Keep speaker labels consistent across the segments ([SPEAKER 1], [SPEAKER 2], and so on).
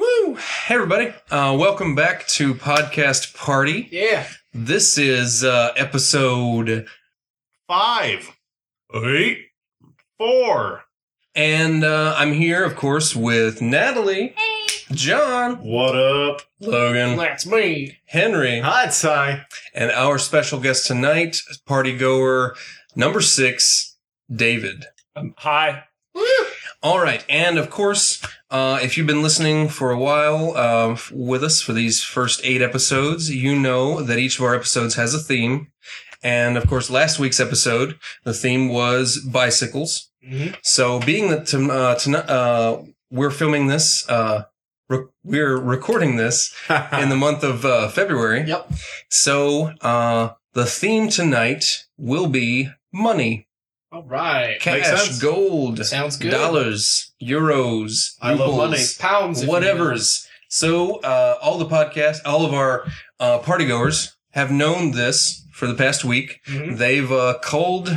[SPEAKER 1] Hey, everybody. Uh, welcome back to Podcast Party.
[SPEAKER 2] Yeah.
[SPEAKER 1] This is uh, episode
[SPEAKER 2] Five,
[SPEAKER 1] eight.
[SPEAKER 2] four.
[SPEAKER 1] And uh, I'm here, of course, with Natalie,
[SPEAKER 3] Hey.
[SPEAKER 1] John,
[SPEAKER 2] What up?
[SPEAKER 1] Logan,
[SPEAKER 2] That's me.
[SPEAKER 1] Henry,
[SPEAKER 2] Hi, Ty.
[SPEAKER 1] and our special guest tonight, party goer number six, David.
[SPEAKER 2] Hi.
[SPEAKER 1] All right, and of course, uh, if you've been listening for a while uh, f- with us for these first eight episodes, you know that each of our episodes has a theme. And of course, last week's episode, the theme was bicycles.
[SPEAKER 2] Mm-hmm.
[SPEAKER 1] So, being that to, uh, to, uh, we're filming this, uh, rec- we're recording this in the month of uh, February.
[SPEAKER 2] Yep.
[SPEAKER 1] So, uh, the theme tonight will be money,
[SPEAKER 2] All right.
[SPEAKER 1] cash, gold,
[SPEAKER 2] Sounds good.
[SPEAKER 1] dollars, euros,
[SPEAKER 2] I love
[SPEAKER 1] rubles,
[SPEAKER 2] money. Pounds. if you will.
[SPEAKER 1] whatever's. So uh, all the podcasts, all of our uh, partygoers have known this for the past week.
[SPEAKER 2] Mhm.
[SPEAKER 1] They've uh, culled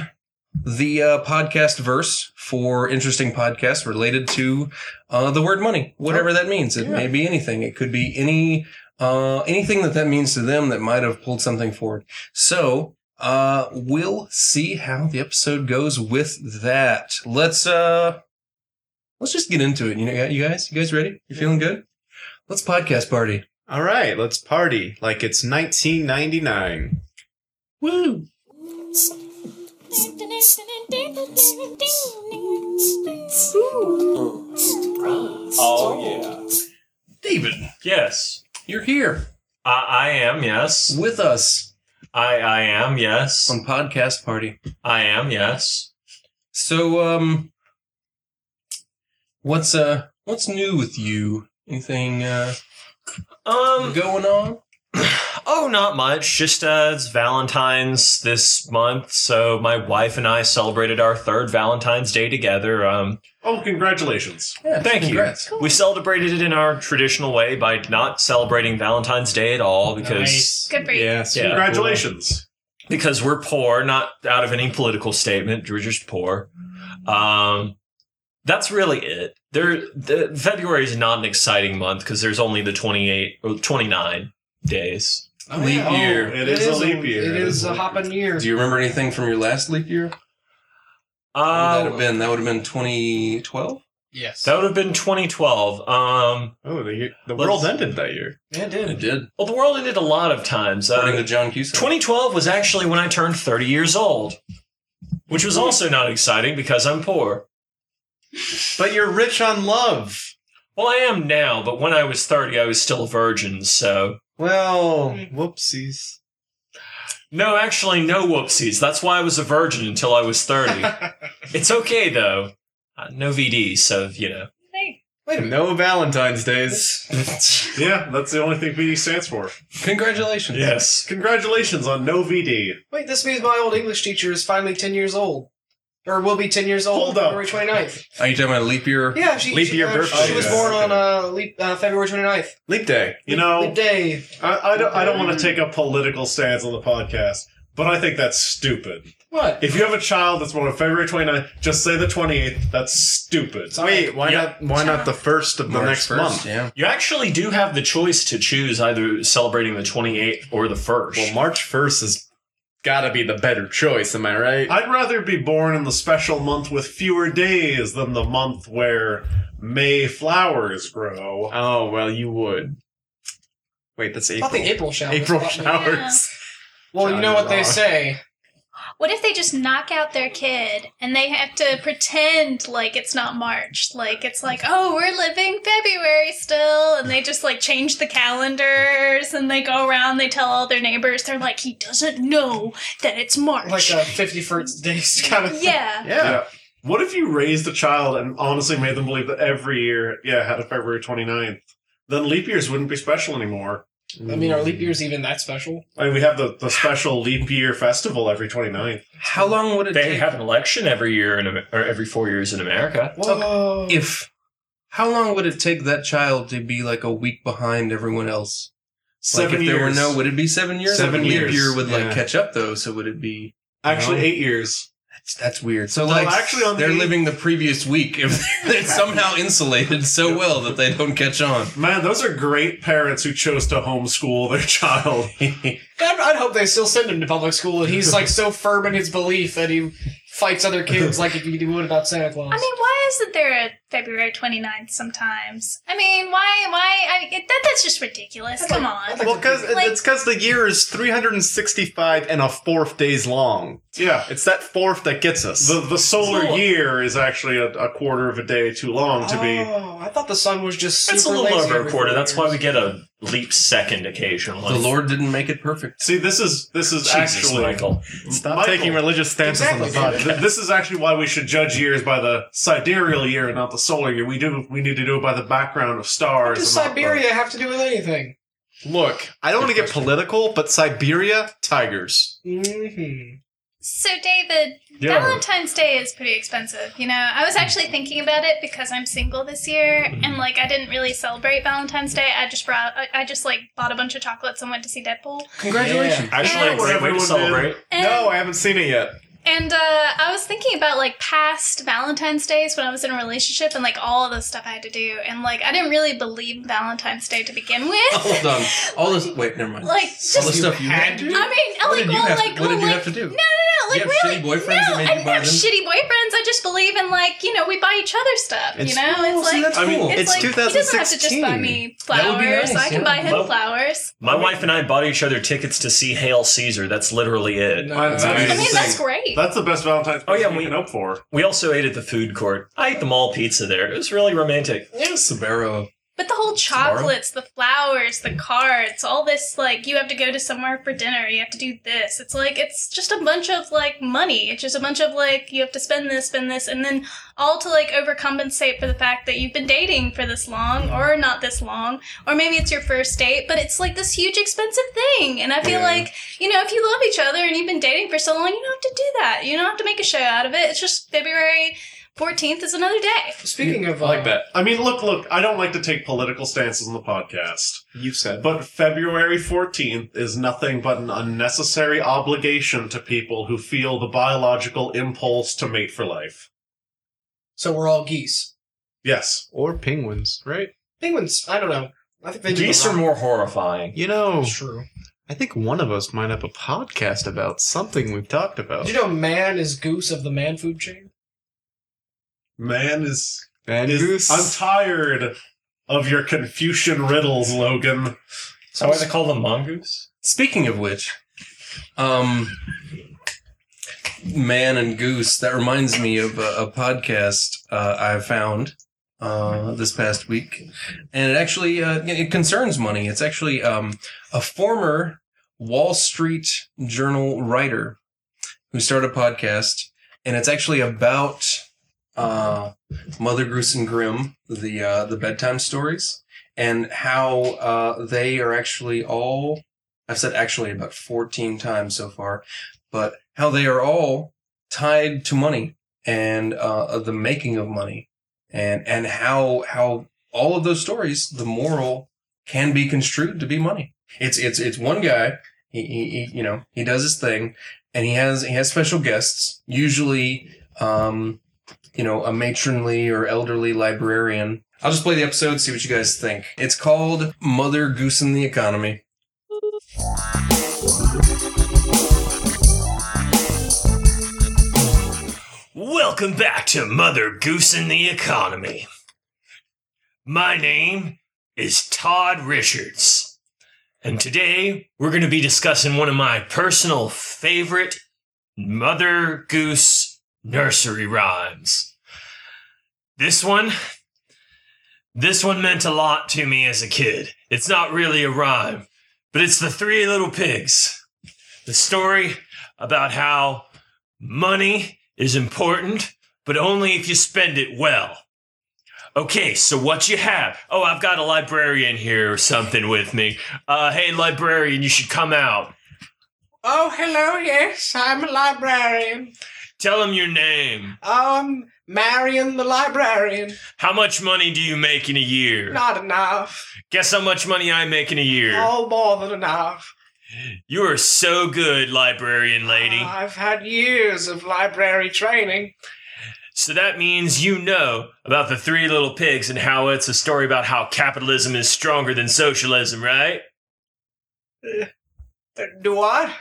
[SPEAKER 1] the uh, podcast verse for interesting podcasts related to uh, the word money, whatever that means. It may be anything. It could be any uh, anything that that means to them that might have pulled something forward. So uh, we'll see how the episode goes with that. Let's uh, let's just get into it. You know, you guys, you guys ready? You feeling good? Let's podcast party.
[SPEAKER 4] All right, let's party like it's 1999.
[SPEAKER 1] Woo!
[SPEAKER 5] Oh yeah.
[SPEAKER 1] David,
[SPEAKER 5] Yes.
[SPEAKER 1] you're here
[SPEAKER 5] I, I am, yes.
[SPEAKER 1] with us
[SPEAKER 5] I I am, yes.
[SPEAKER 1] on podcast party.
[SPEAKER 5] I am, yes.
[SPEAKER 1] So, um, what's uh, what's new with you? Anything uh,
[SPEAKER 5] Um
[SPEAKER 1] going on?
[SPEAKER 5] oh not much. Just uh it's Valentine's this month, so my wife and I celebrated our third Valentine's Day together. Um
[SPEAKER 2] Oh, congratulations.
[SPEAKER 1] Yeah,
[SPEAKER 5] Thank you.
[SPEAKER 1] congrats.
[SPEAKER 5] we celebrated it in our traditional way by not celebrating Valentine's Day at all because
[SPEAKER 2] Nice.
[SPEAKER 3] Good for you.
[SPEAKER 4] Yes.
[SPEAKER 5] Yeah.
[SPEAKER 2] Congratulations.
[SPEAKER 5] because we're poor, not out of any political statement. We're just poor. Um, that's really it. There, the, February is not an exciting month because there's only the 28 or 29 days.
[SPEAKER 1] A leap
[SPEAKER 2] Oh,
[SPEAKER 1] year.
[SPEAKER 4] It is a leap year.
[SPEAKER 2] It is a hopping year.
[SPEAKER 1] Do you remember anything from your last leap year? What would that
[SPEAKER 5] Uh,
[SPEAKER 1] have been? That would have been 2012?
[SPEAKER 2] Yes.
[SPEAKER 5] that would have been 2012. Um,
[SPEAKER 4] Oh, the, year- the
[SPEAKER 5] Let's-
[SPEAKER 4] world ended that year.
[SPEAKER 2] Yeah, it
[SPEAKER 1] It
[SPEAKER 2] did.
[SPEAKER 1] did.
[SPEAKER 5] well, the world ended a lot of times.
[SPEAKER 1] According to
[SPEAKER 5] Uh,
[SPEAKER 1] John Cusack.
[SPEAKER 5] 2012 was actually when I turned 30 years old, which was also not exciting because I'm poor.
[SPEAKER 4] But you're rich on love.
[SPEAKER 5] Well, I am now, but when I was 30, I was still a virgin, so.
[SPEAKER 4] Well, whoopsies.
[SPEAKER 5] No, actually, no whoopsies. That's why I was a virgin until I was 30. it's okay, though. Uh, no VD, so, you know.
[SPEAKER 3] Hey.
[SPEAKER 4] Wait a minute. No Valentine's Days.
[SPEAKER 2] yeah, that's the only thing VD stands for.
[SPEAKER 1] Congratulations.
[SPEAKER 5] Yes.
[SPEAKER 2] Congratulations on no VD.
[SPEAKER 6] Wait, this means my old English teacher is finally 10 years old. Or will be 10 years old
[SPEAKER 2] Hold up.
[SPEAKER 6] February 29th.
[SPEAKER 1] Are you talking about leap year?
[SPEAKER 6] Yeah, she,
[SPEAKER 4] Leap
[SPEAKER 6] she,
[SPEAKER 4] year
[SPEAKER 6] uh,
[SPEAKER 4] birthday.
[SPEAKER 6] she was
[SPEAKER 2] Yeah.
[SPEAKER 6] born on uh, leap, uh, February 29th.
[SPEAKER 4] Leap Day.
[SPEAKER 2] You know,
[SPEAKER 6] Leap day.
[SPEAKER 2] I, I don't, I don't want to take a political stance on the podcast, but I think that's stupid.
[SPEAKER 6] What?
[SPEAKER 2] If you have a child that's born on February 29th, just say the 28th. That's stupid.
[SPEAKER 4] Wait, why
[SPEAKER 5] Yeah.
[SPEAKER 4] not? Why not the first of the
[SPEAKER 1] March
[SPEAKER 4] next
[SPEAKER 1] 1st,
[SPEAKER 4] month?
[SPEAKER 1] Yeah.
[SPEAKER 5] You actually do have the choice to choose either celebrating the 28th or the 1st.
[SPEAKER 4] Well, March first has got to be the better choice. Am I right?
[SPEAKER 2] I'd rather be born in the special month with fewer days than the month where May flowers grow.
[SPEAKER 4] oh well, you would. Wait, that's
[SPEAKER 6] I
[SPEAKER 4] April.
[SPEAKER 6] think April showers.
[SPEAKER 4] April
[SPEAKER 6] probably.
[SPEAKER 4] showers.
[SPEAKER 6] Well, you know what they
[SPEAKER 4] Wrong.
[SPEAKER 6] say.
[SPEAKER 3] What if they just knock out their kid and they have to pretend like it's not March? Like it's like, oh, we're living February still. And they just like change the calendars and they go around, they tell all their neighbors, they're like, he doesn't know that it's March.
[SPEAKER 6] Like a 51st days kind of
[SPEAKER 3] yeah.
[SPEAKER 4] Yeah.
[SPEAKER 2] What if you raised a child and honestly made them believe that every year, yeah, had a February 29th? Then leap years wouldn't be special anymore.
[SPEAKER 6] I mean, are leap years even that special?
[SPEAKER 2] I mean, we have the, the special leap year festival every 29th.
[SPEAKER 1] How long would it
[SPEAKER 5] they
[SPEAKER 1] take
[SPEAKER 5] have an election every year in, Am- or every four years in America.
[SPEAKER 6] Whoa.
[SPEAKER 1] if how long would it take that child to be like a week behind everyone else?
[SPEAKER 2] Seven
[SPEAKER 1] like if
[SPEAKER 2] years.
[SPEAKER 1] there were no, would it be seven years?
[SPEAKER 4] Seven
[SPEAKER 1] Like, leap
[SPEAKER 4] years,
[SPEAKER 1] year would like
[SPEAKER 4] yeah.
[SPEAKER 1] catch up though, so would it be
[SPEAKER 2] Actually,
[SPEAKER 4] No.
[SPEAKER 2] eight years.
[SPEAKER 1] That's weird. So
[SPEAKER 2] Well,
[SPEAKER 1] like,
[SPEAKER 2] actually, on
[SPEAKER 1] they're
[SPEAKER 2] the-
[SPEAKER 1] living the previous week if they're somehow insulated so well that they don't catch on.
[SPEAKER 2] Man, those are great parents who chose to homeschool their child.
[SPEAKER 6] I'd, I'd hope they still send him to public school, and he's like so firm in his belief that he fights other kids like if he would about Santa Claus.
[SPEAKER 3] I mean, why isn't there a February 29th sometimes? I mean, why? Why? I, it, that, that's just ridiculous. Come on.
[SPEAKER 4] Well, because it's because the year is 365 and a fourth days long.
[SPEAKER 2] Yeah.
[SPEAKER 4] It's that fourth that gets us.
[SPEAKER 2] The, the solar
[SPEAKER 5] Cool.
[SPEAKER 2] year is actually a, a quarter of a day too long to be.
[SPEAKER 6] Oh, I thought the sun was just.
[SPEAKER 5] That's a
[SPEAKER 6] super
[SPEAKER 5] little
[SPEAKER 6] lazy
[SPEAKER 5] over
[SPEAKER 6] every
[SPEAKER 5] a quarter.
[SPEAKER 6] four
[SPEAKER 5] That's why we
[SPEAKER 6] years.
[SPEAKER 5] get a leap second occasionally.
[SPEAKER 1] The Lord didn't make it perfect.
[SPEAKER 2] See, this is this is
[SPEAKER 5] Jesus,
[SPEAKER 2] actually
[SPEAKER 5] Michael.
[SPEAKER 4] Stop
[SPEAKER 2] Michael.
[SPEAKER 4] taking religious stances on the
[SPEAKER 6] Exactly.
[SPEAKER 4] podcast.
[SPEAKER 2] Th- this is actually why we should judge years by the sidereal year and not the solar year. We do we need to do it by the background of
[SPEAKER 6] What
[SPEAKER 2] stars.
[SPEAKER 6] does
[SPEAKER 2] and not the-
[SPEAKER 6] Siberia have to do with anything?
[SPEAKER 4] Look, I don't want to get political, but Siberia tigers.
[SPEAKER 6] Mm-hmm.
[SPEAKER 3] So, David, Valentine's Day is pretty expensive. You know, I was actually thinking about it because I'm single this year,
[SPEAKER 1] Mm-hmm.
[SPEAKER 3] and like I didn't really celebrate Valentine's Day. I just brought, I, I just like bought a bunch of chocolates and went to see Deadpool.
[SPEAKER 6] Congratulations.
[SPEAKER 5] Actually, a great way to
[SPEAKER 2] Everyone
[SPEAKER 5] celebrate.
[SPEAKER 3] And,
[SPEAKER 4] I haven't seen it yet.
[SPEAKER 3] and uh, I was thinking about like past Valentine's Days when I was in a relationship and like all of the stuff I had to do, and like I didn't really believe Valentine's Day to begin with.
[SPEAKER 1] Hold on. All this. Wait, never mind.
[SPEAKER 3] like,
[SPEAKER 1] Oh, All the
[SPEAKER 3] just
[SPEAKER 1] stuff you had.
[SPEAKER 6] had
[SPEAKER 3] I
[SPEAKER 6] to?
[SPEAKER 3] mean,
[SPEAKER 1] What
[SPEAKER 3] like,
[SPEAKER 1] did you
[SPEAKER 3] well,
[SPEAKER 1] have?
[SPEAKER 3] like,
[SPEAKER 1] what
[SPEAKER 3] well,
[SPEAKER 1] did you
[SPEAKER 3] like,
[SPEAKER 1] have to do?
[SPEAKER 3] No, no,
[SPEAKER 1] You
[SPEAKER 3] like
[SPEAKER 1] have
[SPEAKER 3] really,
[SPEAKER 1] shitty boyfriends
[SPEAKER 3] no,
[SPEAKER 1] that made
[SPEAKER 3] I
[SPEAKER 1] you
[SPEAKER 3] didn't
[SPEAKER 1] buy
[SPEAKER 3] have
[SPEAKER 1] them?
[SPEAKER 3] shitty boyfriends. I just believe in like you know we buy each other stuff.
[SPEAKER 4] It's-
[SPEAKER 3] you know,
[SPEAKER 1] Oh,
[SPEAKER 3] it's
[SPEAKER 1] see,
[SPEAKER 3] like
[SPEAKER 1] that's
[SPEAKER 2] I mean,
[SPEAKER 1] cool.
[SPEAKER 3] it's like he doesn't have to just
[SPEAKER 4] 2016.
[SPEAKER 3] buy me
[SPEAKER 1] That
[SPEAKER 3] flowers.
[SPEAKER 1] would be nice,
[SPEAKER 3] I can
[SPEAKER 1] yeah.
[SPEAKER 3] buy him
[SPEAKER 5] Well-
[SPEAKER 3] flowers.
[SPEAKER 5] My wife and I bought each other tickets to see Hail Caesar. That's literally it.
[SPEAKER 2] Mine's
[SPEAKER 6] Nice.
[SPEAKER 2] amazing.
[SPEAKER 3] I mean, that's
[SPEAKER 1] Same.
[SPEAKER 3] great.
[SPEAKER 2] That's the best Valentine's.
[SPEAKER 5] Oh, yeah,
[SPEAKER 2] we
[SPEAKER 5] we-
[SPEAKER 2] can hope for.
[SPEAKER 5] We also ate at the food court. I ate the mall pizza there. It was really romantic.
[SPEAKER 1] Sabero.
[SPEAKER 3] but the whole
[SPEAKER 1] Tomorrow?
[SPEAKER 3] chocolates, the flowers, the cards, all this like you have to go to somewhere for dinner. You have to do this. It's like it's just a bunch of like money. It's just a bunch of like you have to spend this, spend this, and then all to like overcompensate for the fact that you've been dating for this long or not this long, or maybe it's your first date. But it's like this huge expensive thing, and I feel
[SPEAKER 1] Yeah.
[SPEAKER 3] like you know if you love each other and you've been dating for so long, you don't have to do that. You don't have to make a show out of it. It's just February. 14th is another day.
[SPEAKER 6] Speaking of,
[SPEAKER 4] I like that.
[SPEAKER 2] I mean, look, look. I don't like to take political stances on the podcast,
[SPEAKER 4] You said.
[SPEAKER 2] but February fourteenth is nothing but an unnecessary obligation to people who feel the biological impulse to mate for life.
[SPEAKER 6] So we're all geese.
[SPEAKER 2] Yes,
[SPEAKER 4] Or penguins, right?
[SPEAKER 6] Penguins. I don't know. I think they do
[SPEAKER 5] Geese
[SPEAKER 6] the
[SPEAKER 5] are
[SPEAKER 6] rock.
[SPEAKER 5] more horrifying.
[SPEAKER 4] You know,
[SPEAKER 6] It's true.
[SPEAKER 4] I think one of us might have a podcast about something we've talked about.
[SPEAKER 5] Oh.
[SPEAKER 6] Did you know man is goose of the man food chain?
[SPEAKER 2] man is.
[SPEAKER 4] And
[SPEAKER 2] is-
[SPEAKER 4] goose.
[SPEAKER 2] I'm tired of your Confucian riddles, Logan.
[SPEAKER 5] So why they call them mongoose?
[SPEAKER 1] Speaking of which, um, man and goose. That reminds me of a, a podcast uh, I found uh, this past week, and it actually uh, it concerns money. It's actually um, a former Wall Street Journal writer who started a podcast, and it's actually about uh, Mother Goose and Grimm, the uh, the bedtime stories, and how uh, they are actually all. I've said actually about 14 times so far, but how they are all tied to money and uh, the making of money, and and how how all of those stories, the moral can be construed to be money. It's it's it's one guy. He, he, he you know he does his thing, and he has he has special guests, usually um, you know a matronly or elderly librarian. I'll just play the episode, see what you guys think. It's called Mother Goose and the Economy.
[SPEAKER 5] Welcome back to Mother Goose and the Economy. My name is Todd Richards, and today we're going to be discussing one of my personal favorite Mother Goose nursery rhymes. This one, this one meant a lot to me as a kid. It's not really a rhyme, but it's the three little pigs. The story about how Money is important, but only if you spend it well. Okay, so what you have? Oh, I've got a librarian here or something with me. Uh, hey, librarian, you should come out.
[SPEAKER 6] Oh, hello. Yes, I'm a librarian.
[SPEAKER 5] Tell him your name.
[SPEAKER 6] Um, Marion the librarian.
[SPEAKER 5] How much money do you make in a year?
[SPEAKER 6] Not enough.
[SPEAKER 5] Guess how much money I make in a year?
[SPEAKER 6] Oh, more than enough.
[SPEAKER 5] You are so good, librarian lady.
[SPEAKER 6] I've had years of library training.
[SPEAKER 5] So that means you know about the three little pigs and how it's a story about how capitalism is stronger than socialism, right?
[SPEAKER 6] That- Uh, Do I?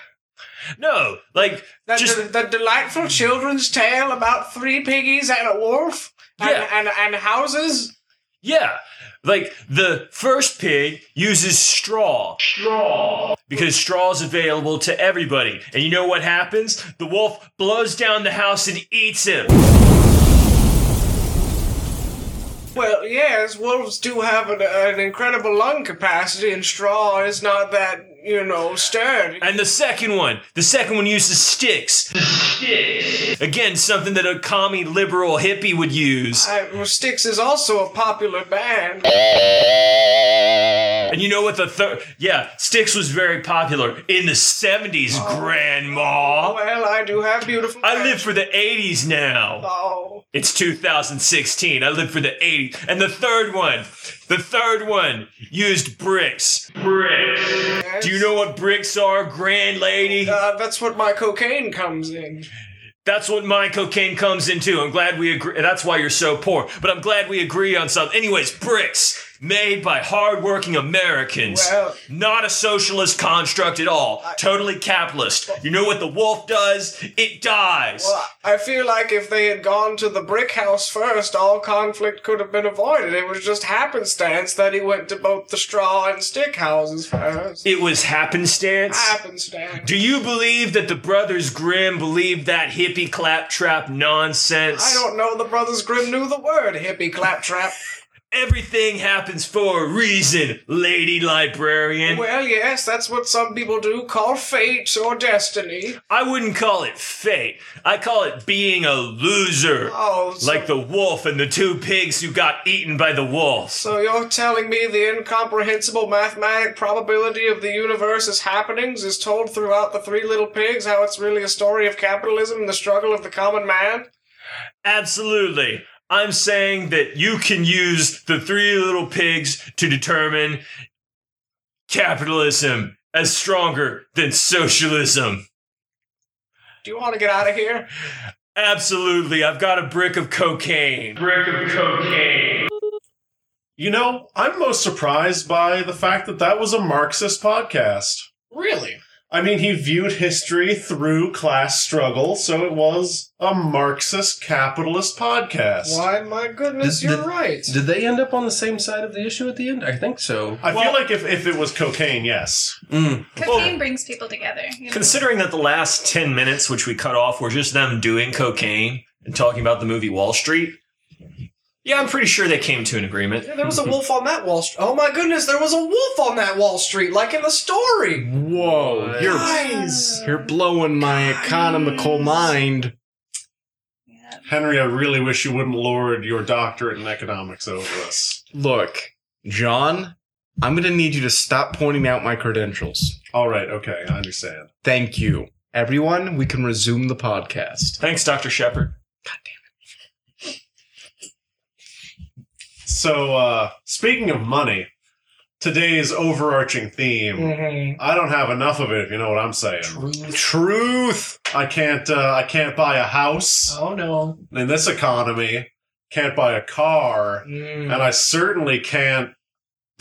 [SPEAKER 5] No, like
[SPEAKER 6] That,
[SPEAKER 5] Just-
[SPEAKER 6] the, delightful children's tale about three piggies and a wolf and,
[SPEAKER 5] Yeah.
[SPEAKER 6] and, and houses.
[SPEAKER 5] Yeah. Like the first pig uses straw. Straw. Because straw is available to everybody. And you know what happens? The wolf blows down the house and eats him.
[SPEAKER 6] Well, yes, wolves do have an, an incredible lung capacity, and straw is not that, you know, sturdy.
[SPEAKER 5] And the second one, the second one uses sticks. Sticks. Again, something that a commie liberal hippie would use.
[SPEAKER 6] I, well, Styx is also a popular band.
[SPEAKER 5] And you know what the third Yeah, sticks was very popular in the 70s, grandma.
[SPEAKER 6] Oh. Well, I do have beautiful.
[SPEAKER 5] I live for the 80s now.
[SPEAKER 6] Oh,
[SPEAKER 5] It's 2016. I lived for the 80s. And the third one, the third one used bricks.
[SPEAKER 6] yes.
[SPEAKER 5] Do you know what bricks are, grand lady?
[SPEAKER 6] Uh, that's what my cocaine comes in.
[SPEAKER 5] That's what my cocaine comes into. I'm glad we agree. That's why you're so poor. But I'm glad we agree on something. Anyways, bricks made by hardworking Americans.
[SPEAKER 6] Well-
[SPEAKER 5] Not a socialist construct at all. totally capitalist. you know what the wolf does? It dies.
[SPEAKER 6] Well, I feel like if they had gone to the brick house first, all conflict could have been avoided. It was just happenstance that he went to both the straw and stick houses first.
[SPEAKER 5] it was happenstance.
[SPEAKER 6] Happenstance.
[SPEAKER 5] Do you believe that the Brothers Grimm believed that hippie claptrap nonsense?
[SPEAKER 6] I don't know. The Brothers Grimm knew the word hippie claptrap.
[SPEAKER 5] Everything happens for a reason, lady librarian.
[SPEAKER 6] Well, yes, that's what some people do call fate or destiny.
[SPEAKER 5] I wouldn't call it fate. I call it being a loser.
[SPEAKER 6] Oh, so,
[SPEAKER 5] like the wolf and the two pigs who got eaten by the wolf.
[SPEAKER 6] so you're telling me the incomprehensible mathematic probability of the universe's happenings is told throughout the Three Little Pigs? How it's really a story of capitalism and the struggle of the common man?
[SPEAKER 5] Absolutely. I'm saying that you can use the three little pigs to determine capitalism as stronger than socialism.
[SPEAKER 6] Do you want to get out of here?
[SPEAKER 5] Absolutely. I've got a brick of cocaine. Brick of cocaine.
[SPEAKER 2] You know, I'm most surprised by the fact that that was a Marxist podcast.
[SPEAKER 6] Really?
[SPEAKER 2] I mean, he viewed history through class struggle, so it was a Marxist capitalist podcast.
[SPEAKER 6] Why, my goodness,
[SPEAKER 1] Did-
[SPEAKER 6] you're
[SPEAKER 1] did-
[SPEAKER 6] right.
[SPEAKER 1] Did they end up on the same side of the issue at the end? I think so.
[SPEAKER 2] I
[SPEAKER 5] Well-
[SPEAKER 2] feel like if, if it was cocaine, yes.
[SPEAKER 1] Mm.
[SPEAKER 3] Cocaine brings people together. you know.
[SPEAKER 5] Considering that the last 10 minutes, which we cut off, were just them doing cocaine and talking about the movie Wall Street, yeah, I'm pretty sure they came to an agreement.
[SPEAKER 6] Yeah, there was a wolf on that Wall Street. Oh my goodness, there was a wolf on that Wall Street, like in the story.
[SPEAKER 4] Whoa, you're
[SPEAKER 2] uh,
[SPEAKER 6] Guys.
[SPEAKER 4] you're blowing my economical mind.
[SPEAKER 3] Yeah.
[SPEAKER 2] Henry, I really wish you wouldn't lord your doctorate in economics over us.
[SPEAKER 4] Look, John, I'm gonna need you to stop pointing out my credentials.
[SPEAKER 2] All right, okay, I understand.
[SPEAKER 4] Thank you, everyone. We can resume the podcast.
[SPEAKER 5] Thanks, Dr. Shepard.
[SPEAKER 2] So, uh, speaking of money, today's overarching theme.
[SPEAKER 6] Mm-hmm.
[SPEAKER 2] I don't have enough of it, if you know what I'm saying.
[SPEAKER 4] Truth.
[SPEAKER 2] I can't. Uh, I can't buy a house
[SPEAKER 6] Oh no.
[SPEAKER 2] in this economy. Can't buy a car, and I certainly can't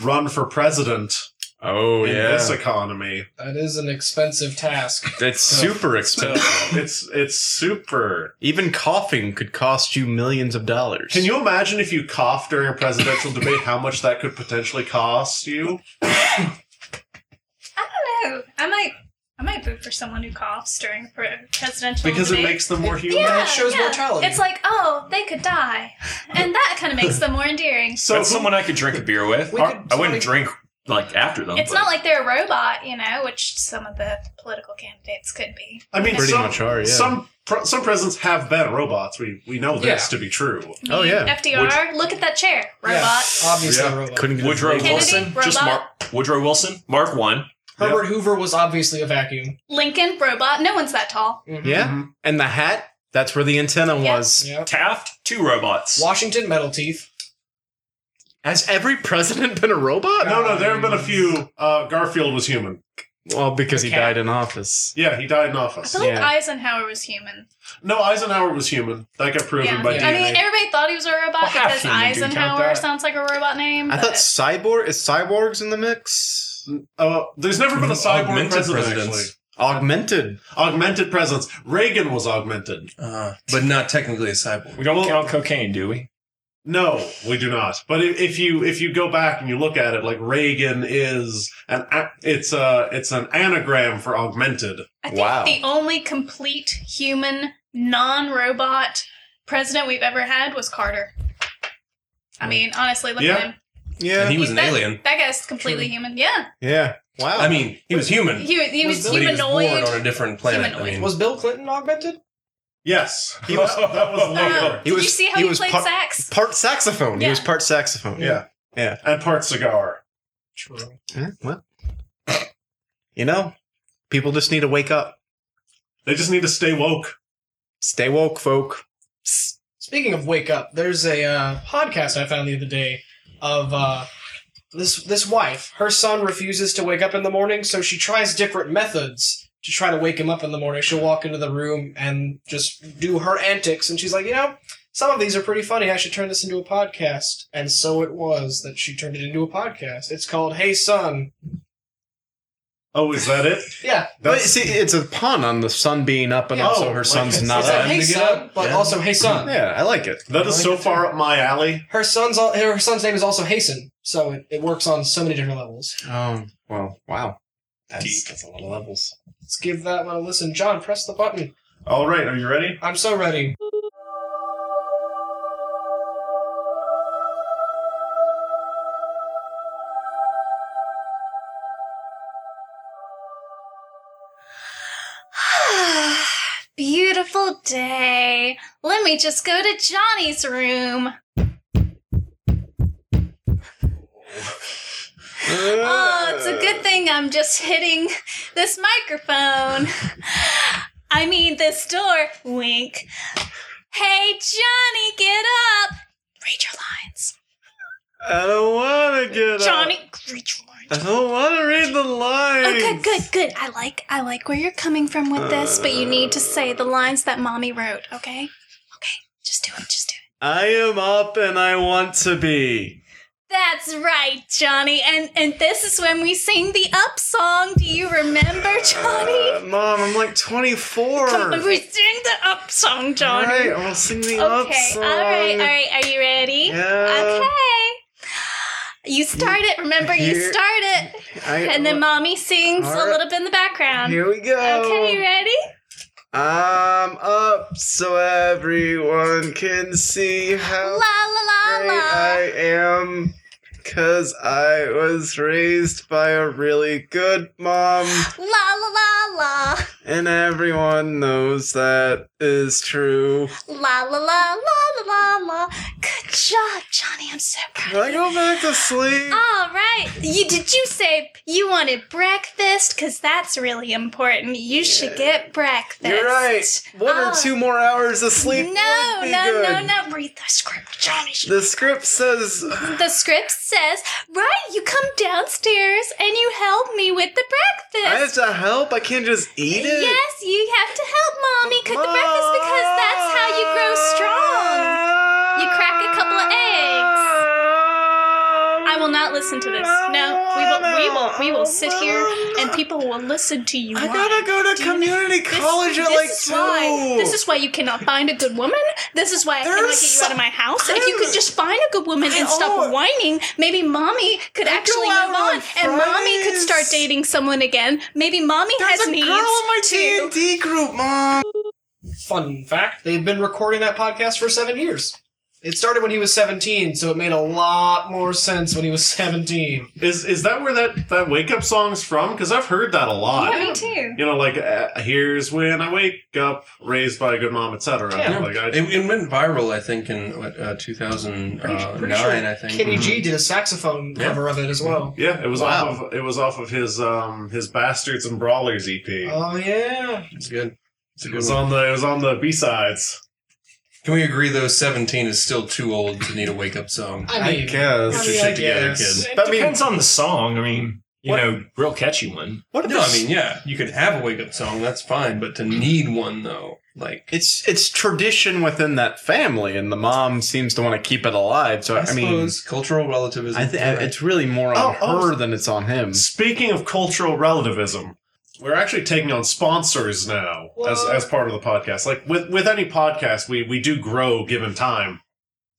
[SPEAKER 2] run for president
[SPEAKER 4] Oh
[SPEAKER 2] in
[SPEAKER 4] yeah,
[SPEAKER 2] this economy.
[SPEAKER 6] That is an expensive task.
[SPEAKER 4] that's super expensive.
[SPEAKER 2] it's it's super.
[SPEAKER 4] Even coughing could cost you millions of dollars.
[SPEAKER 2] Can you imagine if you cough during a presidential debate? How much that could potentially cost you?
[SPEAKER 3] I don't know. I might. I might vote for someone who coughs during pre- presidential
[SPEAKER 2] Because it
[SPEAKER 3] debate.
[SPEAKER 2] makes them more human.
[SPEAKER 3] yeah,
[SPEAKER 6] It shows
[SPEAKER 3] yeah.
[SPEAKER 6] mortality.
[SPEAKER 3] It's like, oh, they could die, and that kind of makes them more endearing.
[SPEAKER 2] So
[SPEAKER 5] That's someone I could drink a beer with.
[SPEAKER 6] We
[SPEAKER 5] I
[SPEAKER 6] could
[SPEAKER 5] I wouldn't
[SPEAKER 6] totally-
[SPEAKER 5] drink like after them.
[SPEAKER 3] It's
[SPEAKER 5] but-
[SPEAKER 3] not like they're a robot, you know, which some of the political candidates could be.
[SPEAKER 2] I mean,
[SPEAKER 4] Pretty
[SPEAKER 2] some,
[SPEAKER 4] much are, yeah.
[SPEAKER 2] some pre- some presidents have been robots. We we know this to
[SPEAKER 6] Yeah.
[SPEAKER 2] be true.
[SPEAKER 4] Oh, yeah.
[SPEAKER 3] FDR, look at that chair, robot.
[SPEAKER 6] Obviously,
[SPEAKER 2] Yeah.
[SPEAKER 6] a robot.
[SPEAKER 4] Couldn't get a
[SPEAKER 5] Woodrow
[SPEAKER 4] drink.
[SPEAKER 3] Kennedy,
[SPEAKER 5] Wilson. Just Mark
[SPEAKER 3] robot.
[SPEAKER 5] Woodrow Wilson. Mark one.
[SPEAKER 6] Herbert Hoover was obviously a vacuum.
[SPEAKER 3] Lincoln, robot. No one's that tall.
[SPEAKER 5] Mm-hmm.
[SPEAKER 4] Yeah,
[SPEAKER 2] Mhm.
[SPEAKER 4] and the hat. That's where the antenna
[SPEAKER 3] Yeah.
[SPEAKER 4] was.
[SPEAKER 6] Yep.
[SPEAKER 5] Taft, two robots.
[SPEAKER 6] Washington, metal teeth.
[SPEAKER 4] Has every president been a robot?
[SPEAKER 2] No, no, there have been a few. Uh, Garfield was human.
[SPEAKER 4] Well, because he
[SPEAKER 6] Cat.
[SPEAKER 4] died in office.
[SPEAKER 2] Yeah, he died in
[SPEAKER 3] I
[SPEAKER 2] office.
[SPEAKER 3] feel like
[SPEAKER 4] Yeah.
[SPEAKER 3] Eisenhower was human.
[SPEAKER 2] No, Eisenhower was human. That got proven
[SPEAKER 3] Yeah.
[SPEAKER 2] by
[SPEAKER 3] I
[SPEAKER 2] DNA.
[SPEAKER 3] mean, everybody thought he was a robot
[SPEAKER 5] Well, half
[SPEAKER 3] because
[SPEAKER 5] human, do you count
[SPEAKER 3] Eisenhower
[SPEAKER 5] that?
[SPEAKER 3] sounds like a robot name.
[SPEAKER 4] I
[SPEAKER 3] but-
[SPEAKER 4] thought cyborg is cyborgs in the mix.
[SPEAKER 2] Uh, there's never been a cyborg
[SPEAKER 1] Augmented
[SPEAKER 2] president,
[SPEAKER 1] presidents.
[SPEAKER 2] actually.
[SPEAKER 4] Augmented.
[SPEAKER 2] Augmented presence. Reagan was augmented.
[SPEAKER 1] Uh, but not technically a cyborg.
[SPEAKER 5] We don't
[SPEAKER 2] Well-
[SPEAKER 5] count cocaine, do we?
[SPEAKER 2] No, we do not. But if, if you if you go back and you look at it, like Reagan is an a- it's a it's an anagram for augmented.
[SPEAKER 3] I think
[SPEAKER 1] Oh.
[SPEAKER 4] Wow.
[SPEAKER 3] the only complete human, non robot president we've ever had was Carter. I mean, honestly, look
[SPEAKER 2] Yeah.
[SPEAKER 3] at him.
[SPEAKER 1] Hmm. And
[SPEAKER 4] Yeah.
[SPEAKER 1] he was an
[SPEAKER 3] that,
[SPEAKER 1] alien.
[SPEAKER 3] That guy's completely human. Yeah.
[SPEAKER 4] Yeah. Wow.
[SPEAKER 1] I mean, he was human.
[SPEAKER 3] He, he was,
[SPEAKER 1] but he was
[SPEAKER 3] humanoid.
[SPEAKER 1] born on a different planet. I
[SPEAKER 3] Humanoid.
[SPEAKER 1] mean,
[SPEAKER 6] Was Bill Clinton augmented?
[SPEAKER 2] Yes,
[SPEAKER 4] He was-
[SPEAKER 2] that was
[SPEAKER 3] No, no,
[SPEAKER 2] later.
[SPEAKER 3] Uh, Did you
[SPEAKER 4] was-
[SPEAKER 3] see how
[SPEAKER 4] he
[SPEAKER 3] he,
[SPEAKER 4] was
[SPEAKER 3] played
[SPEAKER 4] part-
[SPEAKER 3] sax?
[SPEAKER 4] part saxophone. He was
[SPEAKER 3] Yeah.
[SPEAKER 4] part saxophone.
[SPEAKER 2] Yeah,
[SPEAKER 4] Yeah.
[SPEAKER 2] and part cigar.
[SPEAKER 4] Yeah, well, you know, people just need to wake up.
[SPEAKER 2] They just need to stay woke.
[SPEAKER 4] Stay woke, folk.
[SPEAKER 6] Speaking of wake up, there's a uh, podcast I found the other day of uh, this this wife. Her son refuses to wake up in the morning, so she tries different methods to try to wake him up in the morning. She'll walk into the room and just do her antics, and she's like, you know, some of these are pretty funny. I should turn this into a podcast. And so it was that she turned it into a podcast. It's called Hey Son.
[SPEAKER 2] Oh, is that it?
[SPEAKER 6] Yeah,
[SPEAKER 4] But
[SPEAKER 2] That's
[SPEAKER 4] see, it's a pun on the sun being up, and
[SPEAKER 6] Yeah.
[SPEAKER 4] also
[SPEAKER 2] Oh,
[SPEAKER 4] her
[SPEAKER 2] like
[SPEAKER 4] son's
[SPEAKER 2] it's-
[SPEAKER 4] not
[SPEAKER 6] it's like,
[SPEAKER 4] up.
[SPEAKER 1] time
[SPEAKER 6] Hey
[SPEAKER 1] to get
[SPEAKER 6] Son,
[SPEAKER 1] up.
[SPEAKER 6] but
[SPEAKER 1] Yeah.
[SPEAKER 6] also Hey Son.
[SPEAKER 4] Yeah, I like it.
[SPEAKER 2] that is so far up my alley.
[SPEAKER 6] Her son's al- her son's name is also Hasten, so it, it works on so many different levels.
[SPEAKER 4] Oh, well, wow. That's,
[SPEAKER 2] Deep.
[SPEAKER 4] that's a lot of levels.
[SPEAKER 6] Let's give that one a listen. John, press the button.
[SPEAKER 2] All right, are you ready?
[SPEAKER 6] I'm so ready.
[SPEAKER 3] Beautiful day. Let me just go to Johnny's room. Oh, it's a good thing I'm just hitting this microphone. I mean, this door. Wink. Hey, Johnny, get up. Read your lines.
[SPEAKER 4] I don't want to get
[SPEAKER 3] Johnny, read your lines.
[SPEAKER 4] I don't want to read the lines.
[SPEAKER 3] Oh, good, good, good. I like, I like where you're coming from with this, but you need to say the lines that mommy wrote. Okay, okay, just do it, just do it.
[SPEAKER 4] I am up and I want to be.
[SPEAKER 3] That's right, Johnny. And and this is when we sing the up song. Do you remember,
[SPEAKER 4] Uh,
[SPEAKER 3] Johnny?
[SPEAKER 4] Mom, I'm like 24.
[SPEAKER 3] we sing the up song,
[SPEAKER 4] All
[SPEAKER 3] Johnny.
[SPEAKER 4] right, I'll sing the up
[SPEAKER 3] okay,
[SPEAKER 4] song.
[SPEAKER 3] all right, all right. Are you ready?
[SPEAKER 4] Yeah.
[SPEAKER 3] Okay. You start it. Remember, you
[SPEAKER 4] Here-
[SPEAKER 3] start it,
[SPEAKER 4] I-
[SPEAKER 3] and then mommy sings
[SPEAKER 4] All
[SPEAKER 3] a
[SPEAKER 4] right.
[SPEAKER 3] little bit in the background.
[SPEAKER 4] Here we go.
[SPEAKER 3] Okay, you ready?
[SPEAKER 4] I'm up so everyone can see
[SPEAKER 3] La
[SPEAKER 4] how
[SPEAKER 3] la la
[SPEAKER 4] great
[SPEAKER 3] la.
[SPEAKER 4] I am. Cause I was raised by a really good mom,
[SPEAKER 3] La la la la.
[SPEAKER 4] and everyone knows that is true.
[SPEAKER 3] La la la la la la la. Good job, Johnny. I'm so proud.
[SPEAKER 4] Can I go back to sleep?
[SPEAKER 3] All right. You did you say you wanted breakfast? Cause that's really important. You should get breakfast.
[SPEAKER 4] You're right. One or
[SPEAKER 3] Oh.
[SPEAKER 4] two more hours of sleep.
[SPEAKER 3] No,
[SPEAKER 4] would be
[SPEAKER 3] no, no,
[SPEAKER 4] good.
[SPEAKER 3] no. Read the script, Johnny.
[SPEAKER 4] The script says
[SPEAKER 3] The script says, right, you come downstairs and you help me with the
[SPEAKER 4] I have
[SPEAKER 3] breakfast.
[SPEAKER 4] to help. I can't just eat it.
[SPEAKER 3] Yes, you have to help mommy cook the breakfast because that's how you grow strong. You crack a couple of eggs. I will not listen to this. No, we will. We will. We will sit here, and people will listen to you.
[SPEAKER 4] I
[SPEAKER 3] whine.
[SPEAKER 4] gotta go to
[SPEAKER 3] Do you-
[SPEAKER 4] community
[SPEAKER 3] This-
[SPEAKER 4] college at
[SPEAKER 3] this
[SPEAKER 4] like
[SPEAKER 3] is
[SPEAKER 4] two.
[SPEAKER 3] Why, this is why you cannot find a good woman. This is why I cannot
[SPEAKER 4] There's
[SPEAKER 3] get you out of my house. If you
[SPEAKER 4] I'm-
[SPEAKER 3] could just find a good woman and
[SPEAKER 4] I al-
[SPEAKER 3] stop whining, maybe mommy could
[SPEAKER 4] I go
[SPEAKER 3] actually
[SPEAKER 4] out
[SPEAKER 3] move
[SPEAKER 4] on
[SPEAKER 3] on, and mommy could
[SPEAKER 4] Fridays.
[SPEAKER 3] start dating someone again. Maybe mommy
[SPEAKER 4] There's
[SPEAKER 3] has
[SPEAKER 4] a
[SPEAKER 3] needs
[SPEAKER 4] girl in my
[SPEAKER 3] too.
[SPEAKER 4] D&D group, mom.
[SPEAKER 6] Fun fact they've been recording that podcast for seven years. It started when he was 17, so it made a lot more sense when he was 17.
[SPEAKER 2] Is is that where that that wake up song's from? Because I've heard that a lot.
[SPEAKER 3] Yeah, me too.
[SPEAKER 2] You know, like uh, here's when I wake up, raised by a good mom, etc.
[SPEAKER 6] Yeah.
[SPEAKER 2] Like I,
[SPEAKER 1] It, it went viral, I think, in what, uh, 2009,
[SPEAKER 6] pretty sure
[SPEAKER 1] I think. Mm-hmm.
[SPEAKER 6] Kenny
[SPEAKER 4] Mm-hmm.
[SPEAKER 6] G did a saxophone
[SPEAKER 1] Yeah.
[SPEAKER 6] cover of it as well.
[SPEAKER 2] yeah, it was
[SPEAKER 4] Wow.
[SPEAKER 2] off of it was off of his um his bastards and brawlers EP.
[SPEAKER 6] Oh, yeah.
[SPEAKER 1] It's good. It's
[SPEAKER 2] it
[SPEAKER 1] a good
[SPEAKER 2] was
[SPEAKER 1] one.
[SPEAKER 2] on the it was on the B sides.
[SPEAKER 1] Can we agree, though, 17 is still too old to need a wake up song?
[SPEAKER 6] I
[SPEAKER 4] I
[SPEAKER 6] mean,
[SPEAKER 4] guess.
[SPEAKER 1] your shit
[SPEAKER 6] I
[SPEAKER 1] together,
[SPEAKER 6] guess.
[SPEAKER 1] kid.
[SPEAKER 5] It
[SPEAKER 4] That means-
[SPEAKER 5] depends on the song. I mean, You know, real catchy one.
[SPEAKER 4] What if
[SPEAKER 1] No, I
[SPEAKER 4] it's-
[SPEAKER 1] mean, yeah, you could have a wake up song, that's fine, but to need one though, like
[SPEAKER 4] it's it's tradition within that family, and the mom seems to want to keep it alive. So I,
[SPEAKER 1] I,
[SPEAKER 4] mean,
[SPEAKER 1] suppose cultural relativism.
[SPEAKER 4] I think it's really more on
[SPEAKER 2] Oh, oh.
[SPEAKER 4] her than it's on him.
[SPEAKER 2] Speaking of cultural relativism, we're actually taking on sponsors now as,
[SPEAKER 6] What?
[SPEAKER 2] as part of the podcast. Like with, with any podcast, we, we do grow given time.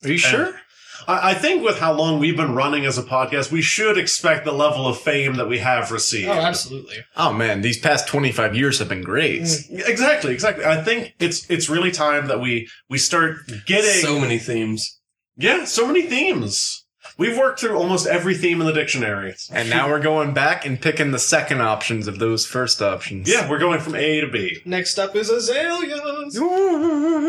[SPEAKER 4] Are you sure?
[SPEAKER 2] I, I think with how long we've been running as a podcast, we should expect the level of fame that we have received.
[SPEAKER 6] Oh, absolutely.
[SPEAKER 4] Oh man, these past twenty five years have been great.
[SPEAKER 6] Mm.
[SPEAKER 2] Exactly, exactly. I think it's it's really time that we we start getting
[SPEAKER 1] so many themes.
[SPEAKER 2] yeah so many themes. We've worked through almost every theme in the dictionary.
[SPEAKER 4] And now we're going back and picking the second options of those first options.
[SPEAKER 2] Yeah, we're going from A to B.
[SPEAKER 6] Next up is azaleas.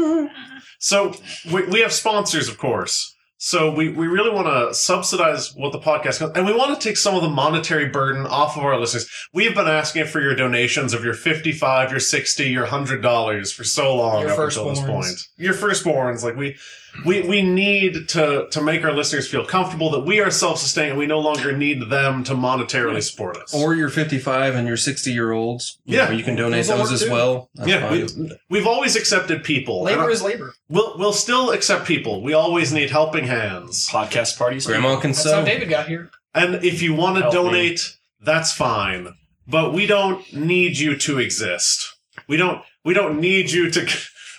[SPEAKER 2] So we, we have sponsors, of course. So we, we really want to subsidize what the podcast goes, and we want to take some of the monetary burden off of our listeners. We have been asking for your donations of your fifty-five, your sixty, your hundred dollars for so long
[SPEAKER 6] Your
[SPEAKER 2] up until this
[SPEAKER 6] firstborns.
[SPEAKER 2] point. Your firstborns, like we, we we need to to make our listeners feel comfortable that we are self-sustaining. and We no longer need them to monetarily support us.
[SPEAKER 1] Or your 55 and your 60 year olds. you
[SPEAKER 2] Yeah.
[SPEAKER 1] know, you can donate
[SPEAKER 6] Those will
[SPEAKER 1] those
[SPEAKER 6] work
[SPEAKER 1] as
[SPEAKER 6] too.
[SPEAKER 1] well. That's
[SPEAKER 2] yeah, we,
[SPEAKER 1] fine.
[SPEAKER 2] we've always accepted people. and I-
[SPEAKER 6] Labor is labor.
[SPEAKER 2] We'll we'll still accept people. We always need helping hands.
[SPEAKER 5] Podcast parties.
[SPEAKER 1] Grandma can
[SPEAKER 6] That's
[SPEAKER 1] sew.
[SPEAKER 6] how David got here.
[SPEAKER 2] And if you want to
[SPEAKER 5] Help me.
[SPEAKER 2] donate, that's fine. But we don't need you to exist. We don't we don't need you to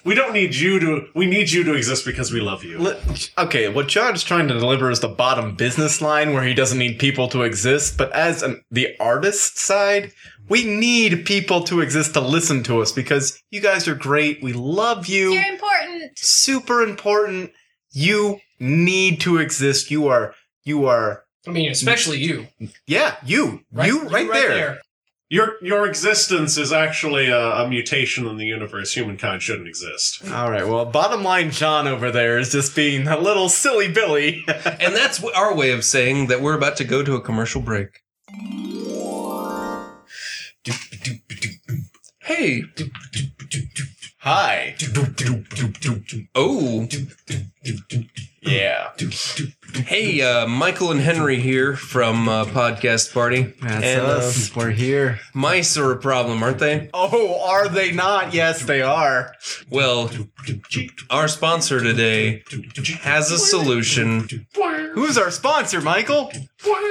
[SPEAKER 2] we don't need you to we need you to exist because we love you.
[SPEAKER 4] Li- Okay, what John is trying to deliver is the bottom business line where he doesn't need people to exist, but as an, the artist side, we need people to exist to listen to us because you guys are great. We love you.
[SPEAKER 3] You're important.
[SPEAKER 4] Super important. You need to exist. You are, you are,
[SPEAKER 6] I mean, especially you.
[SPEAKER 4] yeah, you, you right, there.
[SPEAKER 2] Your your existence is actually a, a mutation in the universe. Humankind shouldn't exist.
[SPEAKER 4] All right, well, bottom line, John over there is just being a little silly Billy.
[SPEAKER 1] and that's wh- our way of saying that we're about to go to a commercial break. Hey.
[SPEAKER 4] Hi.
[SPEAKER 1] Oh.
[SPEAKER 4] Yeah.
[SPEAKER 1] Hey, uh, Michael and Henry here from uh, Podcast Party.
[SPEAKER 4] That's
[SPEAKER 1] and, uh,
[SPEAKER 4] us. We're here.
[SPEAKER 1] mice are a problem, aren't they?
[SPEAKER 4] Oh, are they not? Yes, they are.
[SPEAKER 1] Well, our sponsor today has a solution.
[SPEAKER 4] Who's our sponsor, Michael?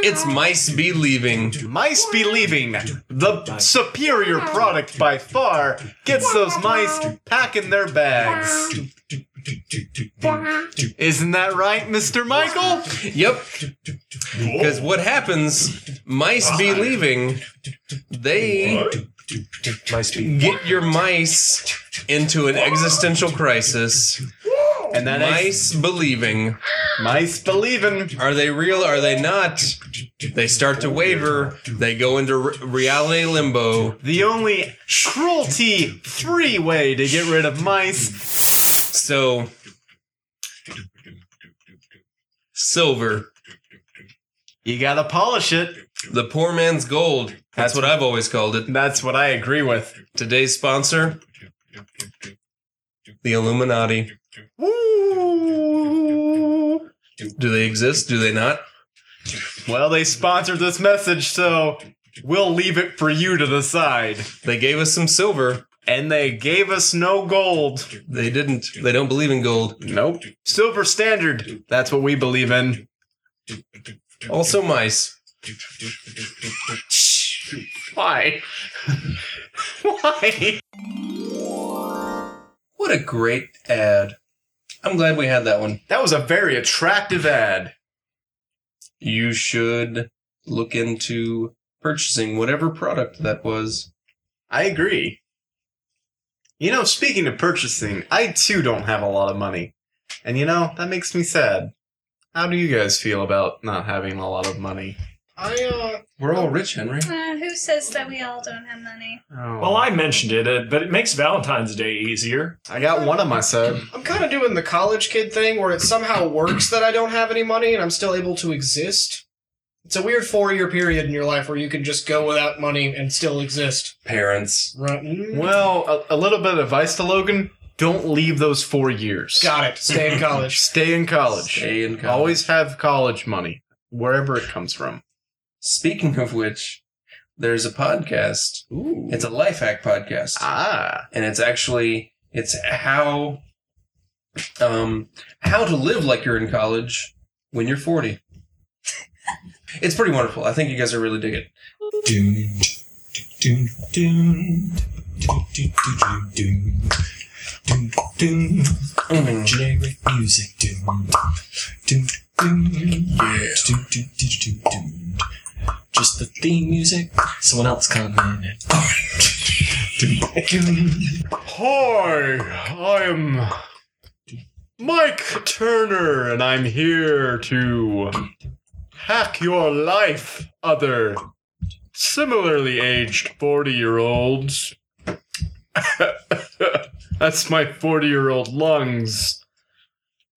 [SPEAKER 1] It's mice be leaving.
[SPEAKER 4] Mice Believing, the superior product by far, gets those mice packing their bags. Isn't that right, Mr. Michael?
[SPEAKER 1] Yep. Because what happens, mice be leaving, they get your mice into an existential crisis.
[SPEAKER 4] And that is
[SPEAKER 1] Mice believing.
[SPEAKER 4] mice believing.
[SPEAKER 1] Are they real? Are they not? They start to waver. They go into re- reality limbo.
[SPEAKER 4] The only cruelty-free way to get rid of mice.
[SPEAKER 1] So, silver,
[SPEAKER 4] You gotta polish it.
[SPEAKER 1] the poor man's gold. That's what I've always called it.
[SPEAKER 4] That's what I agree with.
[SPEAKER 1] Today's sponsor, the Illuminati.
[SPEAKER 4] Woo.
[SPEAKER 1] Do they exist? Do they not?
[SPEAKER 4] Well, they sponsored this message, so we'll leave it for you to decide.
[SPEAKER 1] They gave us some silver.
[SPEAKER 4] And they gave us no gold.
[SPEAKER 1] They didn't. They don't believe in gold.
[SPEAKER 4] Nope. Silver standard. That's what we believe in.
[SPEAKER 1] Also, mice.
[SPEAKER 4] Why? Why?
[SPEAKER 1] What a great ad. I'm glad we had that one.
[SPEAKER 4] That was a very attractive ad.
[SPEAKER 1] you should look into purchasing whatever product that was.
[SPEAKER 4] I agree. You know, speaking of purchasing, I too don't have a lot of money. And you know, that makes me sad. How do you guys feel about not having a lot of money?
[SPEAKER 6] I uh,
[SPEAKER 1] We're all rich, Henry.
[SPEAKER 3] Uh, who says that we all don't have money?
[SPEAKER 4] Oh.
[SPEAKER 5] Well, I mentioned it, uh, but it makes Valentine's Day easier.
[SPEAKER 4] I got one of my sub.
[SPEAKER 6] I'm kind of doing the college kid thing where it somehow works that I don't have any money and I'm still able to exist. It's a weird four year period in your life where you can just go without money and still exist.
[SPEAKER 1] Parents.
[SPEAKER 6] Right? Mm.
[SPEAKER 4] Well, a, a little bit of advice to Logan don't leave those four years.
[SPEAKER 6] Got it. Stay in college.
[SPEAKER 4] Stay in college.
[SPEAKER 1] Stay in college.
[SPEAKER 4] Always have college money, wherever it comes from.
[SPEAKER 1] Speaking of which, there's a podcast.
[SPEAKER 4] Ooh.
[SPEAKER 1] It's a life hack podcast.
[SPEAKER 4] ah.
[SPEAKER 1] and it's actually it's how um how to live like you're in college when you're 40 it's pretty wonderful i think you guys are really dig it Mm.
[SPEAKER 7] Just the theme music. Someone else come in.
[SPEAKER 4] Hi, I am Mike Turner, and I'm here to hack your life, other similarly aged 40 year olds. That's my 40 year old lungs.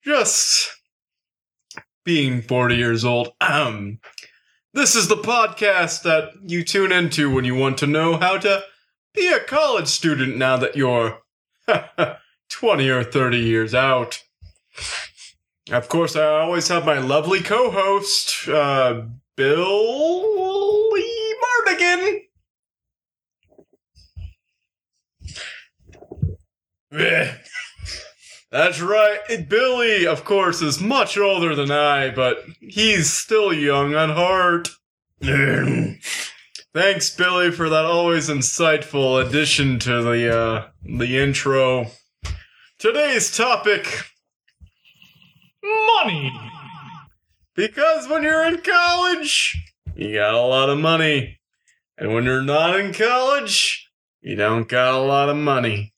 [SPEAKER 4] Just being 40 years old. Um, this is the podcast that you tune into when you want to know how to be a college student now that you're 20 or 30 years out. Of course, I always have my lovely co host, uh, Billy Mardigan. Bleh. That's right. it- Billy, of course, is much older than I, but he's still young at heart. Thanks, Billy, for that always insightful addition to the uh, the intro. Today's topic:
[SPEAKER 7] Money!
[SPEAKER 4] because when you're in college, you got a lot of money, and when you're not in college, you don't got a lot of money.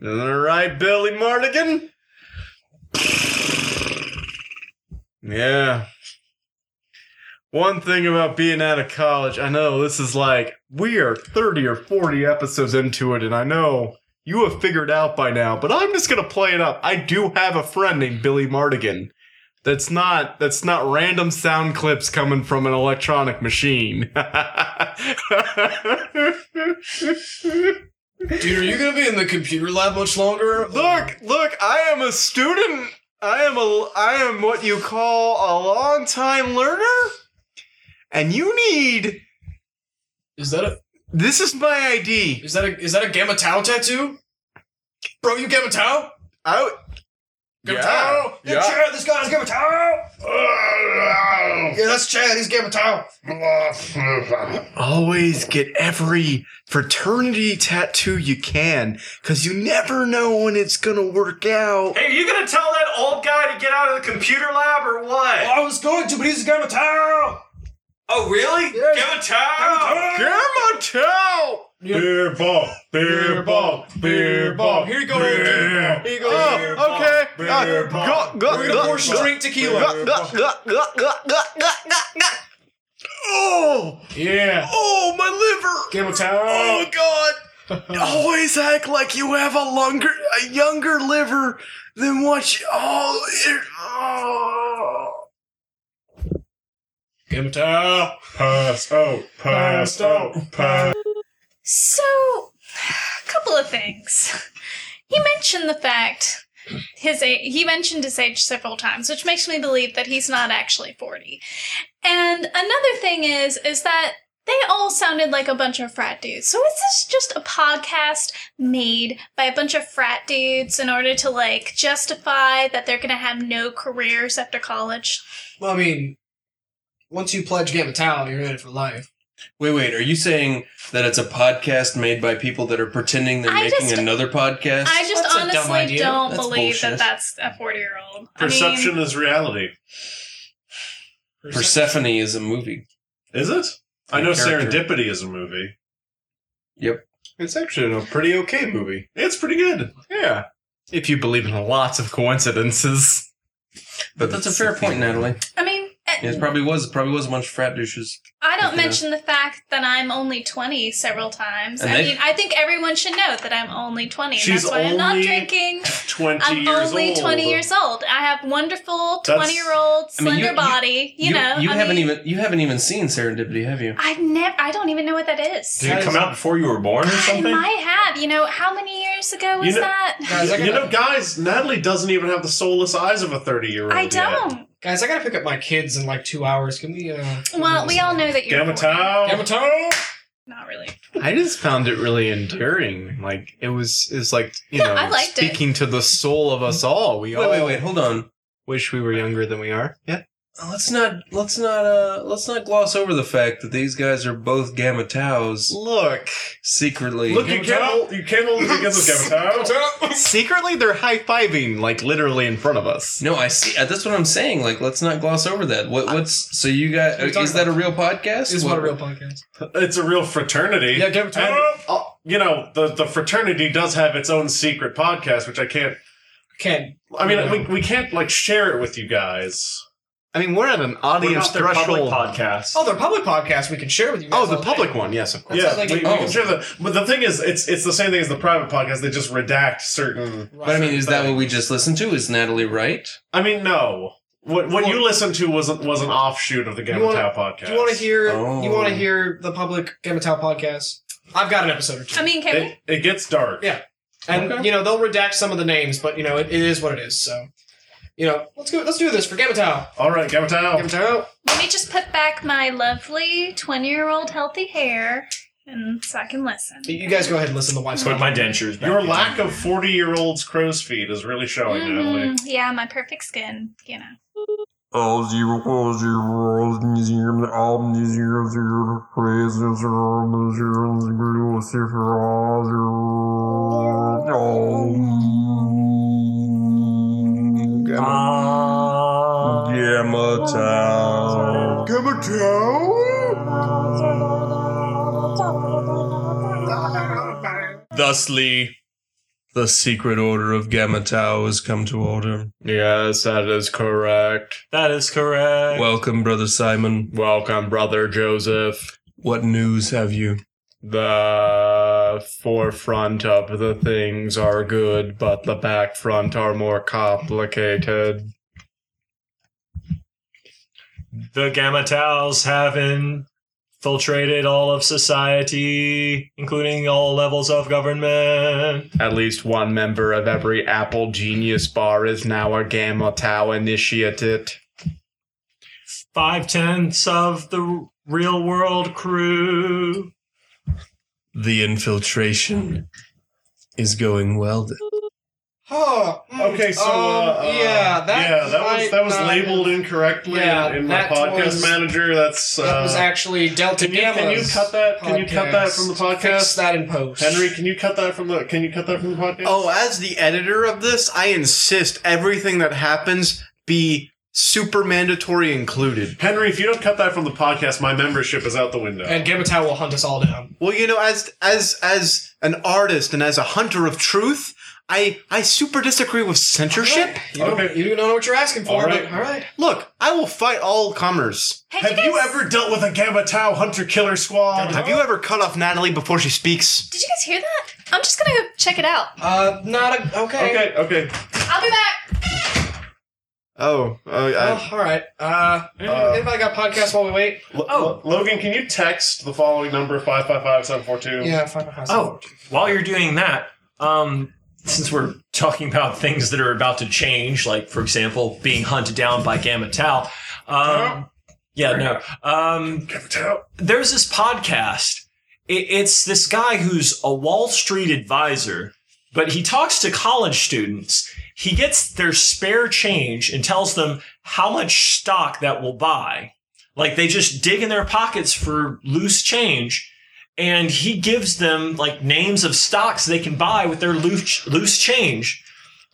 [SPEAKER 4] Isn't that right, Billy Mardigan? Yeah. One thing about being out of college, I know this is like, we are 30 or 40 episodes into it, and I know you have figured out by now, but I'm just going to play it up. I do have a friend named Billy Mardigan. That's not that's not random sound clips coming from an electronic machine.
[SPEAKER 6] Dude, are you gonna be in the computer lab much longer?
[SPEAKER 4] Look, look, I am a student. I am a I am what you call a long-time learner. And you need
[SPEAKER 6] Is that a
[SPEAKER 4] this is my ID.
[SPEAKER 6] is that a is that a Gamma Tau tattoo? Bro, you Gamma Tau?
[SPEAKER 4] Out.
[SPEAKER 6] Gamma Tau? Yeah, Chad, this guy's Gamma Tau! Yeah, that's Chad, he's Gamma Tau.
[SPEAKER 4] Always get every fraternity tattoo you can cuz you never know when it's going to work out.
[SPEAKER 5] Hey, are you gonna tell that old guy to get out of the computer lab or what?
[SPEAKER 6] I was going to, but he's Gamma Tau!
[SPEAKER 5] Oh, really?
[SPEAKER 6] Yeah.
[SPEAKER 5] Give a towel.
[SPEAKER 4] Gamma Tau.
[SPEAKER 2] Beer bong, beer bong, beer bong.
[SPEAKER 6] Here you go.
[SPEAKER 2] Beer.
[SPEAKER 6] Here you go.
[SPEAKER 4] Oh, okay. Uh,
[SPEAKER 2] Beer
[SPEAKER 4] go-
[SPEAKER 2] pong.
[SPEAKER 4] go-
[SPEAKER 6] We're gonna
[SPEAKER 4] go-
[SPEAKER 6] force you to
[SPEAKER 4] go-
[SPEAKER 6] drink tequila.
[SPEAKER 4] go- go- go- go- go- go- go- go- Oh,
[SPEAKER 6] Yeah.
[SPEAKER 4] oh, my liver.
[SPEAKER 6] Gamma Tau.
[SPEAKER 4] Oh God! Always act like you have a longer, a younger liver than what you. Oh, it- oh.
[SPEAKER 6] Gamma Tau. oh,
[SPEAKER 2] Pass out, pass out, pass.
[SPEAKER 3] So, a couple of things. He mentioned the fact his age, he mentioned his age several times, which makes me believe that he's not actually 40. And another thing is is that they all sounded like a bunch of frat dudes. So is this just a podcast made by a bunch of frat dudes in order to like justify that they're going to have no careers after college?
[SPEAKER 6] Well, I mean, once you pledge Gamma Tau, you're in it for life.
[SPEAKER 1] wait wait are you saying that it's a podcast made by people that are pretending they're
[SPEAKER 3] I
[SPEAKER 1] making
[SPEAKER 3] just-
[SPEAKER 1] another podcast
[SPEAKER 3] I just
[SPEAKER 6] That's a dumb
[SPEAKER 3] honestly
[SPEAKER 6] idea.
[SPEAKER 3] don't
[SPEAKER 1] That's
[SPEAKER 3] believe that
[SPEAKER 1] bullshit.
[SPEAKER 3] that's a 40-year-old.
[SPEAKER 2] Perception is reality.
[SPEAKER 1] persephone is a movie
[SPEAKER 2] Is it? I know
[SPEAKER 1] Character.
[SPEAKER 2] Serendipity is a movie.
[SPEAKER 4] It's actually a pretty okay movie.
[SPEAKER 2] It's pretty good.
[SPEAKER 4] Yeah, if you believe in lots of coincidences.
[SPEAKER 1] but that's a fair point natalie
[SPEAKER 3] I mean, I mean,
[SPEAKER 1] it probably was probably was a bunch of frat douches
[SPEAKER 3] I don't
[SPEAKER 1] Yeah.
[SPEAKER 3] mention the fact that I'm only 20 several times.
[SPEAKER 1] And
[SPEAKER 3] I
[SPEAKER 1] they-
[SPEAKER 3] mean, I think everyone should know that I'm only 20. and
[SPEAKER 2] She's
[SPEAKER 3] that's why I'm not
[SPEAKER 2] only
[SPEAKER 3] drinking.
[SPEAKER 2] 20
[SPEAKER 3] I'm
[SPEAKER 2] years
[SPEAKER 3] only
[SPEAKER 2] old.
[SPEAKER 3] 20 years old. I have wonderful
[SPEAKER 2] That's-
[SPEAKER 3] 20 year old
[SPEAKER 1] I mean,
[SPEAKER 3] slender
[SPEAKER 1] you- you-
[SPEAKER 3] body. You, know,
[SPEAKER 1] you
[SPEAKER 3] I
[SPEAKER 1] haven't
[SPEAKER 3] mean,
[SPEAKER 1] even you haven't even seen serendipity have you
[SPEAKER 3] I never. I don't even know what that is.
[SPEAKER 5] Did it come out before you were born or
[SPEAKER 3] I
[SPEAKER 5] something?
[SPEAKER 3] might have. You know, how many years ago was
[SPEAKER 2] You know-
[SPEAKER 3] that?
[SPEAKER 6] Guys, I
[SPEAKER 2] You
[SPEAKER 6] gotta-
[SPEAKER 2] know, guys, Natalie doesn't even have the soulless eyes of a 30 year old.
[SPEAKER 3] I don't.
[SPEAKER 6] Guys, I gotta pick up my kids in like two hours. Can we? Uh,
[SPEAKER 3] Well, we all know that you're.
[SPEAKER 2] Gamma
[SPEAKER 3] bored.
[SPEAKER 2] Tau.
[SPEAKER 6] Gamma Tau!
[SPEAKER 3] Not really.
[SPEAKER 4] I just found it really enduring. Like it was, it was like you
[SPEAKER 3] Yeah,
[SPEAKER 4] know,
[SPEAKER 3] I liked it.
[SPEAKER 4] speaking to the soul of us all. We
[SPEAKER 1] Wait,
[SPEAKER 4] all
[SPEAKER 1] wait, wait. Hold on.
[SPEAKER 4] wish we were younger than we are. Yeah,
[SPEAKER 1] Let's not let's not uh let's not gloss over the fact that these guys are both Gamma Taus
[SPEAKER 4] look,
[SPEAKER 1] secretly.
[SPEAKER 2] Look, you came, all, you came all against us, Gamma Tau.
[SPEAKER 4] secretly they're high fiving like literally in front of us.
[SPEAKER 1] no, I see. uh, That's what I'm saying. Like, let's not gloss over that. What, what's so you got?
[SPEAKER 6] What are you talking
[SPEAKER 1] Is that a real podcast?
[SPEAKER 6] This is
[SPEAKER 1] What-
[SPEAKER 6] not a real podcast.
[SPEAKER 2] It's a real fraternity.
[SPEAKER 6] Yeah, Gamma
[SPEAKER 2] And,
[SPEAKER 6] Tau.
[SPEAKER 2] uh, you know, the, the fraternity does have its own secret podcast, which I can't.
[SPEAKER 6] Ken,
[SPEAKER 2] I mean,
[SPEAKER 6] Yeah.
[SPEAKER 2] we, we can't, like, share it with you guys.
[SPEAKER 4] I mean, we're at an audience
[SPEAKER 5] We're not their public
[SPEAKER 4] threshold.
[SPEAKER 5] podcast.
[SPEAKER 6] oh, they're public podcasts we can share with you.
[SPEAKER 4] Oh,
[SPEAKER 6] guys
[SPEAKER 4] the
[SPEAKER 6] all
[SPEAKER 4] public
[SPEAKER 6] day.
[SPEAKER 4] one, yes, of course.
[SPEAKER 2] yeah,
[SPEAKER 6] sounds like
[SPEAKER 2] we,
[SPEAKER 6] it-
[SPEAKER 2] we can share the. But the thing is, it's it's the same thing as the private podcast. They just redact
[SPEAKER 4] Mm.
[SPEAKER 2] certain.
[SPEAKER 1] But I mean, is that what we just listened to? Is Natalie right?
[SPEAKER 2] I mean, no. What what you listened to was not was an offshoot of the Gamma
[SPEAKER 6] wanna-
[SPEAKER 2] Tau podcast.
[SPEAKER 6] Do you want to hear?
[SPEAKER 1] Oh.
[SPEAKER 6] You want to hear the public Gamma Tau podcast? I've got an episode or two,
[SPEAKER 3] I mean, can
[SPEAKER 2] It, it gets dark.
[SPEAKER 6] Yeah. and
[SPEAKER 1] Okay.
[SPEAKER 6] you know they'll redact some of the names, but you know it, it is what it is. So, you know, let's go. Let's do this for Gamma Tau.
[SPEAKER 2] All right, Gamma Tau.
[SPEAKER 6] Gamma Tau.
[SPEAKER 3] we? Let me just put back my lovely twenty-year-old healthy hair, and so I can listen.
[SPEAKER 6] You guys go ahead and listen to the wife's.
[SPEAKER 5] Put my dentures back.
[SPEAKER 2] Your
[SPEAKER 5] in.
[SPEAKER 2] lack of forty year olds crow's feet is really showing, Natalie.
[SPEAKER 3] Mhm. Yeah, my perfect skin. You know.
[SPEAKER 8] All zero, all zero, all zero, all zero, zero, praise zero, zero, zero, zero, zero, all zero, all gamma, gamma tau, gamma
[SPEAKER 1] Thusly, the secret order of Gamma Tau has come to order.
[SPEAKER 4] Yes, that is correct.
[SPEAKER 5] That is correct.
[SPEAKER 1] Welcome, brother Simon.
[SPEAKER 4] Welcome, brother Joseph.
[SPEAKER 1] What news have you?
[SPEAKER 4] The forefront of the things are good, but the back front are more complicated.
[SPEAKER 5] the Gamma Taus have infiltrated all of society, including all levels of government.
[SPEAKER 4] At least one member of every Apple Genius bar is now a Gamma Tau initiate.
[SPEAKER 5] Five tenths of the real world crew.
[SPEAKER 1] The infiltration is going well. Then.
[SPEAKER 6] Oh, mm,
[SPEAKER 2] Okay, so
[SPEAKER 6] um,
[SPEAKER 2] uh, uh,
[SPEAKER 6] yeah, that
[SPEAKER 2] yeah, that was
[SPEAKER 6] might
[SPEAKER 2] that was
[SPEAKER 6] not-
[SPEAKER 2] labeled incorrectly
[SPEAKER 6] Yeah,
[SPEAKER 2] in, in my
[SPEAKER 6] that
[SPEAKER 2] podcast
[SPEAKER 6] was-
[SPEAKER 2] manager. That's uh,
[SPEAKER 6] That was actually Delta
[SPEAKER 2] can you can you
[SPEAKER 6] Gamma's
[SPEAKER 2] cut that? Can you cut that from the
[SPEAKER 6] Fix
[SPEAKER 2] podcast?
[SPEAKER 6] that in post.
[SPEAKER 2] Henry, can you cut that from the? Can you cut that from the podcast?
[SPEAKER 4] Oh, as the editor of this, I insist everything that happens be super mandatory included.
[SPEAKER 2] Henry, if you don't cut that from the podcast, my membership is out the window.
[SPEAKER 6] and Gamma Tau will hunt us all down.
[SPEAKER 4] Well, you know, as as as an artist and as a hunter of truth, I I super disagree with censorship.
[SPEAKER 6] You don't,
[SPEAKER 2] Okay.
[SPEAKER 6] you don't know what you're asking for,
[SPEAKER 2] All
[SPEAKER 6] but
[SPEAKER 2] right.
[SPEAKER 6] all right.
[SPEAKER 4] Look, I will fight all comers.
[SPEAKER 3] Hey,
[SPEAKER 2] Have
[SPEAKER 3] did
[SPEAKER 2] you
[SPEAKER 3] guys,
[SPEAKER 2] ever dealt with a Gamma Tau hunter killer squad?
[SPEAKER 4] Have you ever cut off Natalie before she speaks?
[SPEAKER 3] Did you guys hear that? I'm just gonna go check it out.
[SPEAKER 6] Uh, not a okay.
[SPEAKER 2] Okay, okay.
[SPEAKER 3] I'll be back.
[SPEAKER 4] Oh, uh,
[SPEAKER 6] Oh, all right. Uh,
[SPEAKER 2] Uh,
[SPEAKER 6] anybody got podcasts while we wait?
[SPEAKER 2] L- L- Logan, can you text the following number five five five seven four two?
[SPEAKER 6] Yeah, five podcasts.
[SPEAKER 5] Oh, while you're doing that, um, since we're talking about things that are about to change, like for example, being hunted down by Gamma Tau. Um, yeah, no. Um,
[SPEAKER 2] Gamma Tau.
[SPEAKER 5] there's this podcast. It, it's this guy who's a Wall Street advisor, but he talks to college students. He gets their spare change and tells them how much stock that will buy. Like they just dig in their pockets for loose change. And he gives them like names of stocks they can buy with their loose, loose change.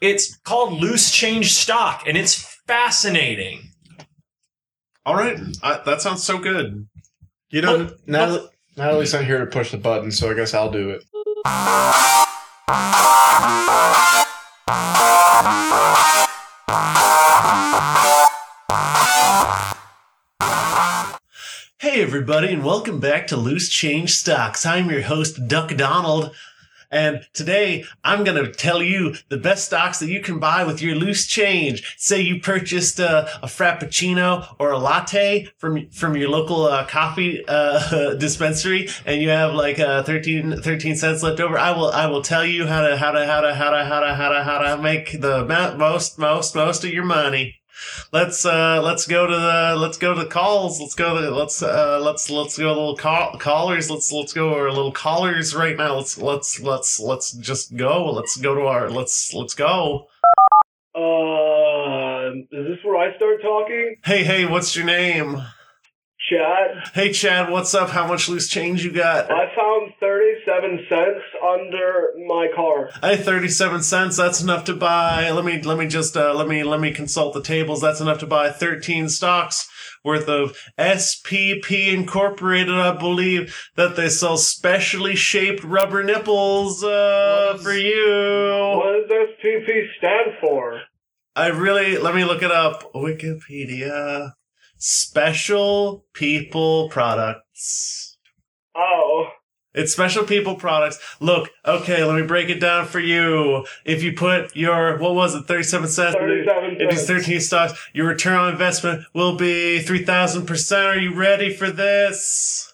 [SPEAKER 5] It's called loose change stock, and it's fascinating.
[SPEAKER 2] All right, I, that sounds so good.
[SPEAKER 4] you know, Natalie, Natalie's not here to push the button, so I guess I'll do it.
[SPEAKER 9] Oh,
[SPEAKER 2] Hey everybody, and welcome back to Loose Change Stocks. I'm your host Duck Donald, and today I'm going to tell you the best stocks that you can buy with your loose change. Say you purchased uh, a frappuccino or a latte from from your local uh, coffee uh, dispensary, and you have like uh, 13, 13 cents left over. I will I will tell you how to how to how to how to how to how to how to make the mo- most most most of your money. Let's uh, let's go to the let's go to the calls. Let's go to the, let's uh, let's let's go to little call, callers. Let's let's go to our little callers right now. Let's let's let's let's just go. Let's go to our let's let's go.
[SPEAKER 9] Uh, is this where I start talking?
[SPEAKER 2] Hey hey, what's your name?
[SPEAKER 9] Chad,
[SPEAKER 2] Hey Chad, what's up? How much loose change you got?
[SPEAKER 9] I found 37 cents under my car.
[SPEAKER 2] Hey, thirty-seven cents. That's enough to buy. Let me let me just uh, let me let me consult the tables. That's enough to buy thirteen stocks worth of SPP Incorporated. I believe that they sell specially shaped rubber nipples uh, for you.
[SPEAKER 9] What does SPP stand for?
[SPEAKER 2] I really let me look it up. Wikipedia. Special people products.
[SPEAKER 9] Oh,
[SPEAKER 2] It's special people products. Look, okay, let me break it down for you. If you put your, what was it, 37 cents?
[SPEAKER 9] 37
[SPEAKER 2] If it's
[SPEAKER 9] cents.
[SPEAKER 2] 13 stocks, your return on investment will be 3,000%. Are you ready for this?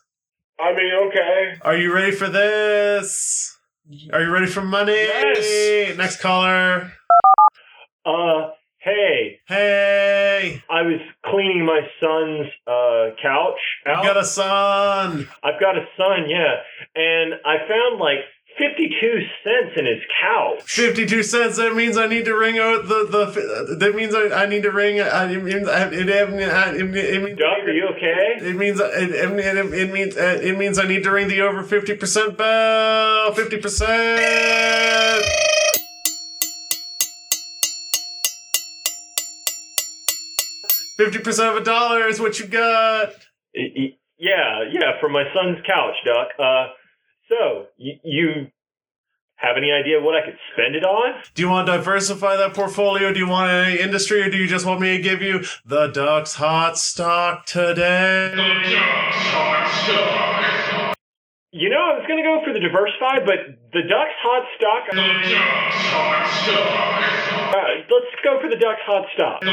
[SPEAKER 9] I mean, okay.
[SPEAKER 2] Are you ready for this? Are you ready for money?
[SPEAKER 9] Yes.
[SPEAKER 2] Next caller.
[SPEAKER 9] Uh, hey,
[SPEAKER 2] Hey,
[SPEAKER 9] I was cleaning my son's uh, couch
[SPEAKER 2] you
[SPEAKER 9] out.
[SPEAKER 2] got a son.
[SPEAKER 9] I've got a son, yeah, and I found like 52 cents in his couch.
[SPEAKER 2] 52 cents. That means I need to ring out the, the, that means I, I need to ring, I, it means, I, it, it, it means,
[SPEAKER 9] Duck, are you okay?
[SPEAKER 2] It means it, it, it, it means uh, it means I need to ring the over fifty percent bell. Fifty percent. Fifty percent of a dollar is what you got.
[SPEAKER 9] Y- y- Yeah, yeah, from my son's couch, Duck. Uh, so y- you have any idea what I could spend it on?
[SPEAKER 2] Do you want to diversify that portfolio? Do you want any industry, or do you just want me to give you the Ducks hot stock today?
[SPEAKER 9] You know, I was gonna go for the diversified, but the Ducks hot stock. Uh, let's go for the Ducks hot stock.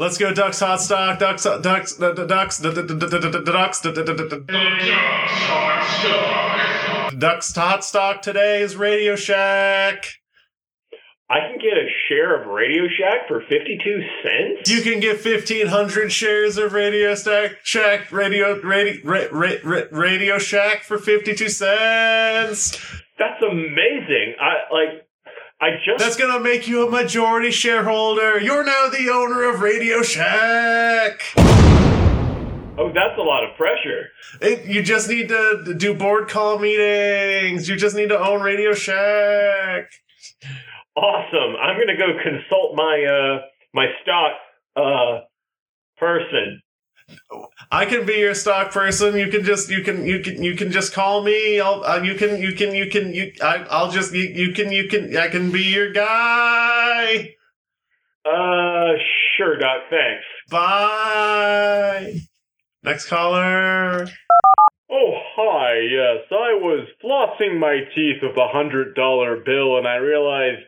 [SPEAKER 2] Let's go Ducks hot stock. Ducks Ducks Ducks Ducks Ducks Ducks hot stock today is Radio Shack.
[SPEAKER 9] I can get a share of Radio Shack for fifty-two cents.
[SPEAKER 2] You can get fifteen hundred shares of Radio Stack Shack Radio Radio ra- ra- ra- Radio Shack for fifty two cents.
[SPEAKER 9] That's amazing. I like. I just
[SPEAKER 2] That's gonna make you a majority shareholder. You're now the owner of Radio Shack.
[SPEAKER 9] Oh, that's a lot of pressure.
[SPEAKER 2] It, you just need to do board call meetings. You just need to own Radio Shack.
[SPEAKER 9] Awesome. I'm gonna go consult my uh my stock uh person.
[SPEAKER 2] I can be your stock person. You can just you can you can you can just call me. I'll uh, you can you can you can you I, I'll just you, you can you can I can be your guy.
[SPEAKER 9] Uh, sure, Doc. Thanks.
[SPEAKER 2] Bye. Next caller.
[SPEAKER 9] Oh, hi, yes. I was flossing my teeth with a hundred dollar bill and I realized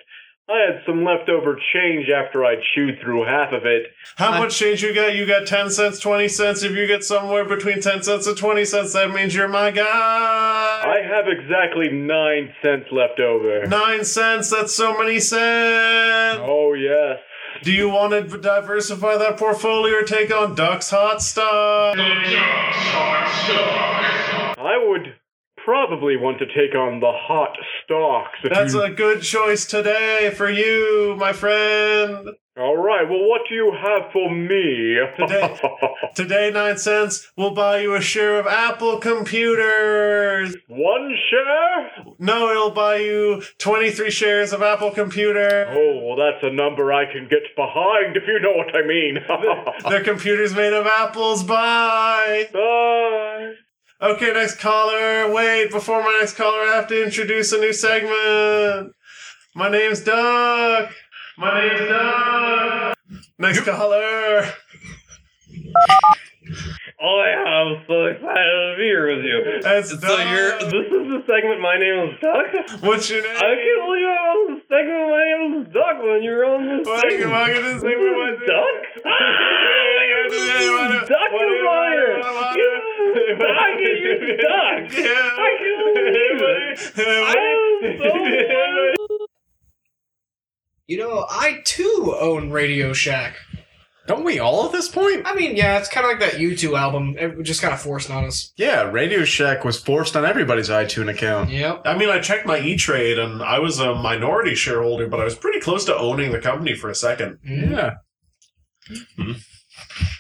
[SPEAKER 9] I had some leftover change after I chewed through half of it.
[SPEAKER 2] How
[SPEAKER 6] Hi.
[SPEAKER 2] much change you got? You got ten cents, twenty cents. If you get somewhere between ten cents and twenty cents, that means you're my guy.
[SPEAKER 9] I have exactly nine cents left over.
[SPEAKER 2] Nine cents. That's so many cents.
[SPEAKER 9] Oh, yes.
[SPEAKER 2] Do you want to diversify that portfolio or take on Ducks Hot Stock?
[SPEAKER 9] I would probably want to take on the hot stocks. If
[SPEAKER 2] That's
[SPEAKER 9] you...
[SPEAKER 2] a good choice today for you, my friend.
[SPEAKER 9] All right, well, what do you have for me?
[SPEAKER 2] Today- Today, nine cents will buy you a share of Apple Computers.
[SPEAKER 9] One share?
[SPEAKER 2] No, it'll buy you 23 shares of Apple Computer.
[SPEAKER 9] Oh, well, that's a number I can get behind if you know what I mean.
[SPEAKER 2] Their computer's made of apples. Bye.
[SPEAKER 9] Bye.
[SPEAKER 2] Okay, next caller. Wait, before my next caller, I have to introduce a new segment. My name's Doug. My name's Doug. Next caller.
[SPEAKER 9] Oh yeah, I'm so excited to be here with you.
[SPEAKER 2] That's
[SPEAKER 1] So you're-
[SPEAKER 2] Doug.
[SPEAKER 9] This is the segment My Name is Duck.
[SPEAKER 2] What's your
[SPEAKER 9] I
[SPEAKER 2] name?
[SPEAKER 9] can't believe I was on the segment My Name is Duck when you were on this
[SPEAKER 2] Welcome,
[SPEAKER 9] segment.
[SPEAKER 2] welcome to the
[SPEAKER 9] This
[SPEAKER 2] segment.
[SPEAKER 9] is
[SPEAKER 2] What's your-
[SPEAKER 9] Duck? Duck is fire! You Duck and you Duck! I can't believe it! I am so
[SPEAKER 6] you know, I too own Radio Shack.
[SPEAKER 4] Don't we all at this point?
[SPEAKER 6] I mean, yeah, it's kind of like that U2 album. It was just kind of forced on us.
[SPEAKER 4] Yeah, Radio Shack was forced on everybody's iTunes account.
[SPEAKER 6] Yep.
[SPEAKER 2] I mean, I checked my E Trade and I was a minority shareholder, but I was pretty close to owning the company for a second.
[SPEAKER 4] Yeah.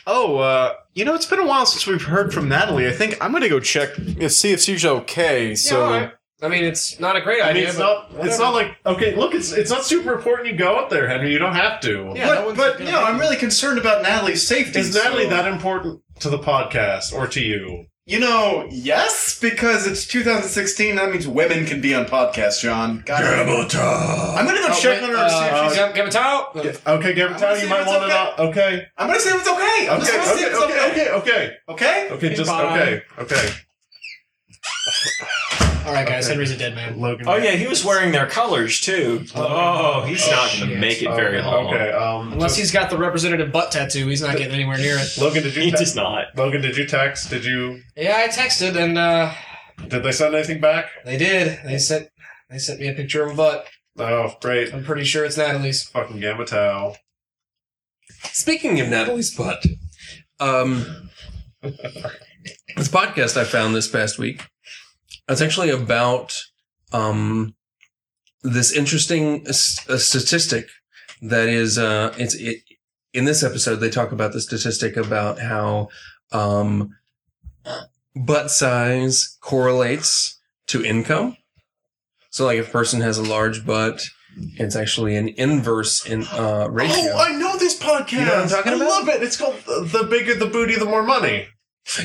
[SPEAKER 4] Oh, uh, you know, it's been a while since we've heard from Natalie. I think I'm gonna go check and see if she's okay.
[SPEAKER 6] Yeah,
[SPEAKER 4] So,
[SPEAKER 6] all right. I mean, it's not a great
[SPEAKER 2] I mean,
[SPEAKER 6] idea.
[SPEAKER 2] it's
[SPEAKER 6] but
[SPEAKER 2] not. It's not like okay. Look, it's it's not super important. You go out there, Henry. You don't have to.
[SPEAKER 6] Yeah, no
[SPEAKER 4] but,
[SPEAKER 6] one's
[SPEAKER 4] but
[SPEAKER 6] gonna-
[SPEAKER 4] you know, I'm really concerned about Natalie's safety.
[SPEAKER 2] Is Natalie
[SPEAKER 4] so-
[SPEAKER 2] that important to the podcast or to you?
[SPEAKER 4] You know, yes, because it's 2016. That means women can be on podcasts, John. God, I'm gonna go
[SPEAKER 6] Oh,
[SPEAKER 4] check
[SPEAKER 6] wait,
[SPEAKER 4] on her. and see if
[SPEAKER 6] uh,
[SPEAKER 4] she's.
[SPEAKER 6] give- give it out.
[SPEAKER 2] Okay,
[SPEAKER 4] I'm
[SPEAKER 2] Gavin,
[SPEAKER 4] gonna
[SPEAKER 2] you
[SPEAKER 4] see
[SPEAKER 2] might
[SPEAKER 4] if
[SPEAKER 2] want to
[SPEAKER 4] it's
[SPEAKER 2] not. Okay.
[SPEAKER 4] I'm gonna say it's okay. I'm just
[SPEAKER 2] Okay.
[SPEAKER 4] gonna say
[SPEAKER 2] Okay.
[SPEAKER 4] it's okay.
[SPEAKER 2] Okay. Okay. Okay.
[SPEAKER 4] Okay?
[SPEAKER 2] Okay. Oh, Just
[SPEAKER 6] Bye.
[SPEAKER 2] okay. Okay.
[SPEAKER 6] All right, guys,
[SPEAKER 2] Okay.
[SPEAKER 6] Henry's a dead man.
[SPEAKER 2] Logan.
[SPEAKER 5] Oh yeah, he was wearing their colors too. Oh, he's
[SPEAKER 6] Oh,
[SPEAKER 5] not going to
[SPEAKER 6] shit.
[SPEAKER 5] make it
[SPEAKER 2] Okay,
[SPEAKER 5] very long.
[SPEAKER 2] Okay. Um.
[SPEAKER 6] Unless he's got the representative butt tattoo, he's not getting anywhere near it.
[SPEAKER 2] Logan, did you?
[SPEAKER 5] He
[SPEAKER 2] text-
[SPEAKER 5] does not.
[SPEAKER 2] Logan, did you text? Did you?
[SPEAKER 6] Yeah, I texted and uh,
[SPEAKER 2] Did they send anything back?
[SPEAKER 6] they did. They sent they sent me a picture of a butt.
[SPEAKER 2] Oh, great.
[SPEAKER 6] I'm pretty sure it's Natalie's.
[SPEAKER 2] Fucking Gamma Tau.
[SPEAKER 1] Speaking of Natalie's butt, um, this podcast I found this past week, it's actually about um, this interesting s- uh, statistic that is uh, it's it, in this episode they talk about the statistic about how um, butt size correlates to income. So, like, if a person has a large butt, it's actually an inverse in uh, ratio.
[SPEAKER 2] Oh, I know this podcast.
[SPEAKER 1] You know what I'm talking
[SPEAKER 2] I
[SPEAKER 1] about?
[SPEAKER 2] love it. It's called The the Bigger the Booty, the More Money.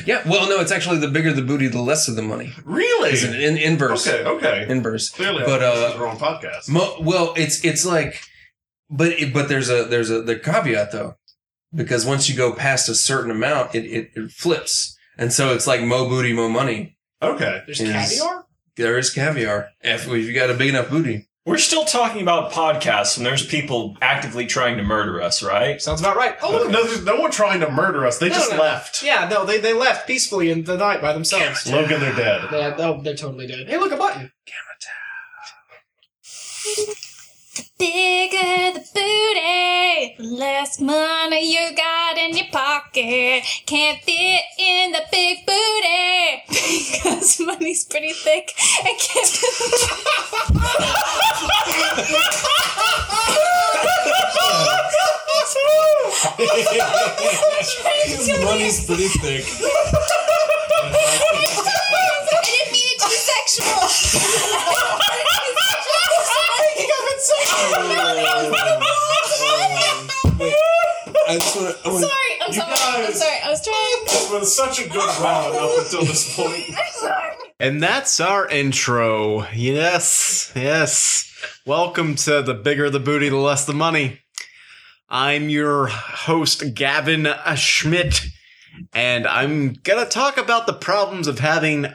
[SPEAKER 1] Yeah, well, no, it's actually the bigger the booty, the less of the money.
[SPEAKER 2] Really?
[SPEAKER 1] It's an in- inverse.
[SPEAKER 2] Okay, okay.
[SPEAKER 1] Inverse.
[SPEAKER 2] Clearly,
[SPEAKER 1] But,
[SPEAKER 2] but,
[SPEAKER 1] uh,
[SPEAKER 2] this is the wrong podcast.
[SPEAKER 1] Mo- well, it's it's like, but it, but there's a there's a the caveat though, because once you go past a certain amount, it it, it flips, and so it's like mo booty, mo money.
[SPEAKER 2] okay.
[SPEAKER 6] There's
[SPEAKER 1] Is-
[SPEAKER 6] caviar.
[SPEAKER 1] There is caviar if you got a big enough booty.
[SPEAKER 5] We're still talking about podcasts, and there's people actively trying to murder us, right?
[SPEAKER 6] Sounds about right. Oh,
[SPEAKER 2] No,
[SPEAKER 6] look.
[SPEAKER 2] no, there's no one trying to murder us. They
[SPEAKER 6] No,
[SPEAKER 2] just
[SPEAKER 6] no, no.
[SPEAKER 2] left.
[SPEAKER 6] Yeah, no, they, they left peacefully in the night by themselves.
[SPEAKER 2] Logan, they're dead.
[SPEAKER 6] Yeah, no, they're totally dead. Hey, look, a button.
[SPEAKER 3] Bigger the booty, the less money you got in your pocket. Can't fit in the big booty because money's pretty thick and can't.
[SPEAKER 7] Money's pretty thick.
[SPEAKER 3] I didn't mean it to be sexual.
[SPEAKER 7] I just want to.
[SPEAKER 3] Sorry, I'm sorry. I'm sorry. I was trying.
[SPEAKER 2] It was such a good round up until this point.
[SPEAKER 3] I'm sorry.
[SPEAKER 4] And that's our intro. Yes, yes. Welcome to the bigger the booty, the less the money. I'm your host, Gavin Schmidt, and I'm gonna talk about the problems of having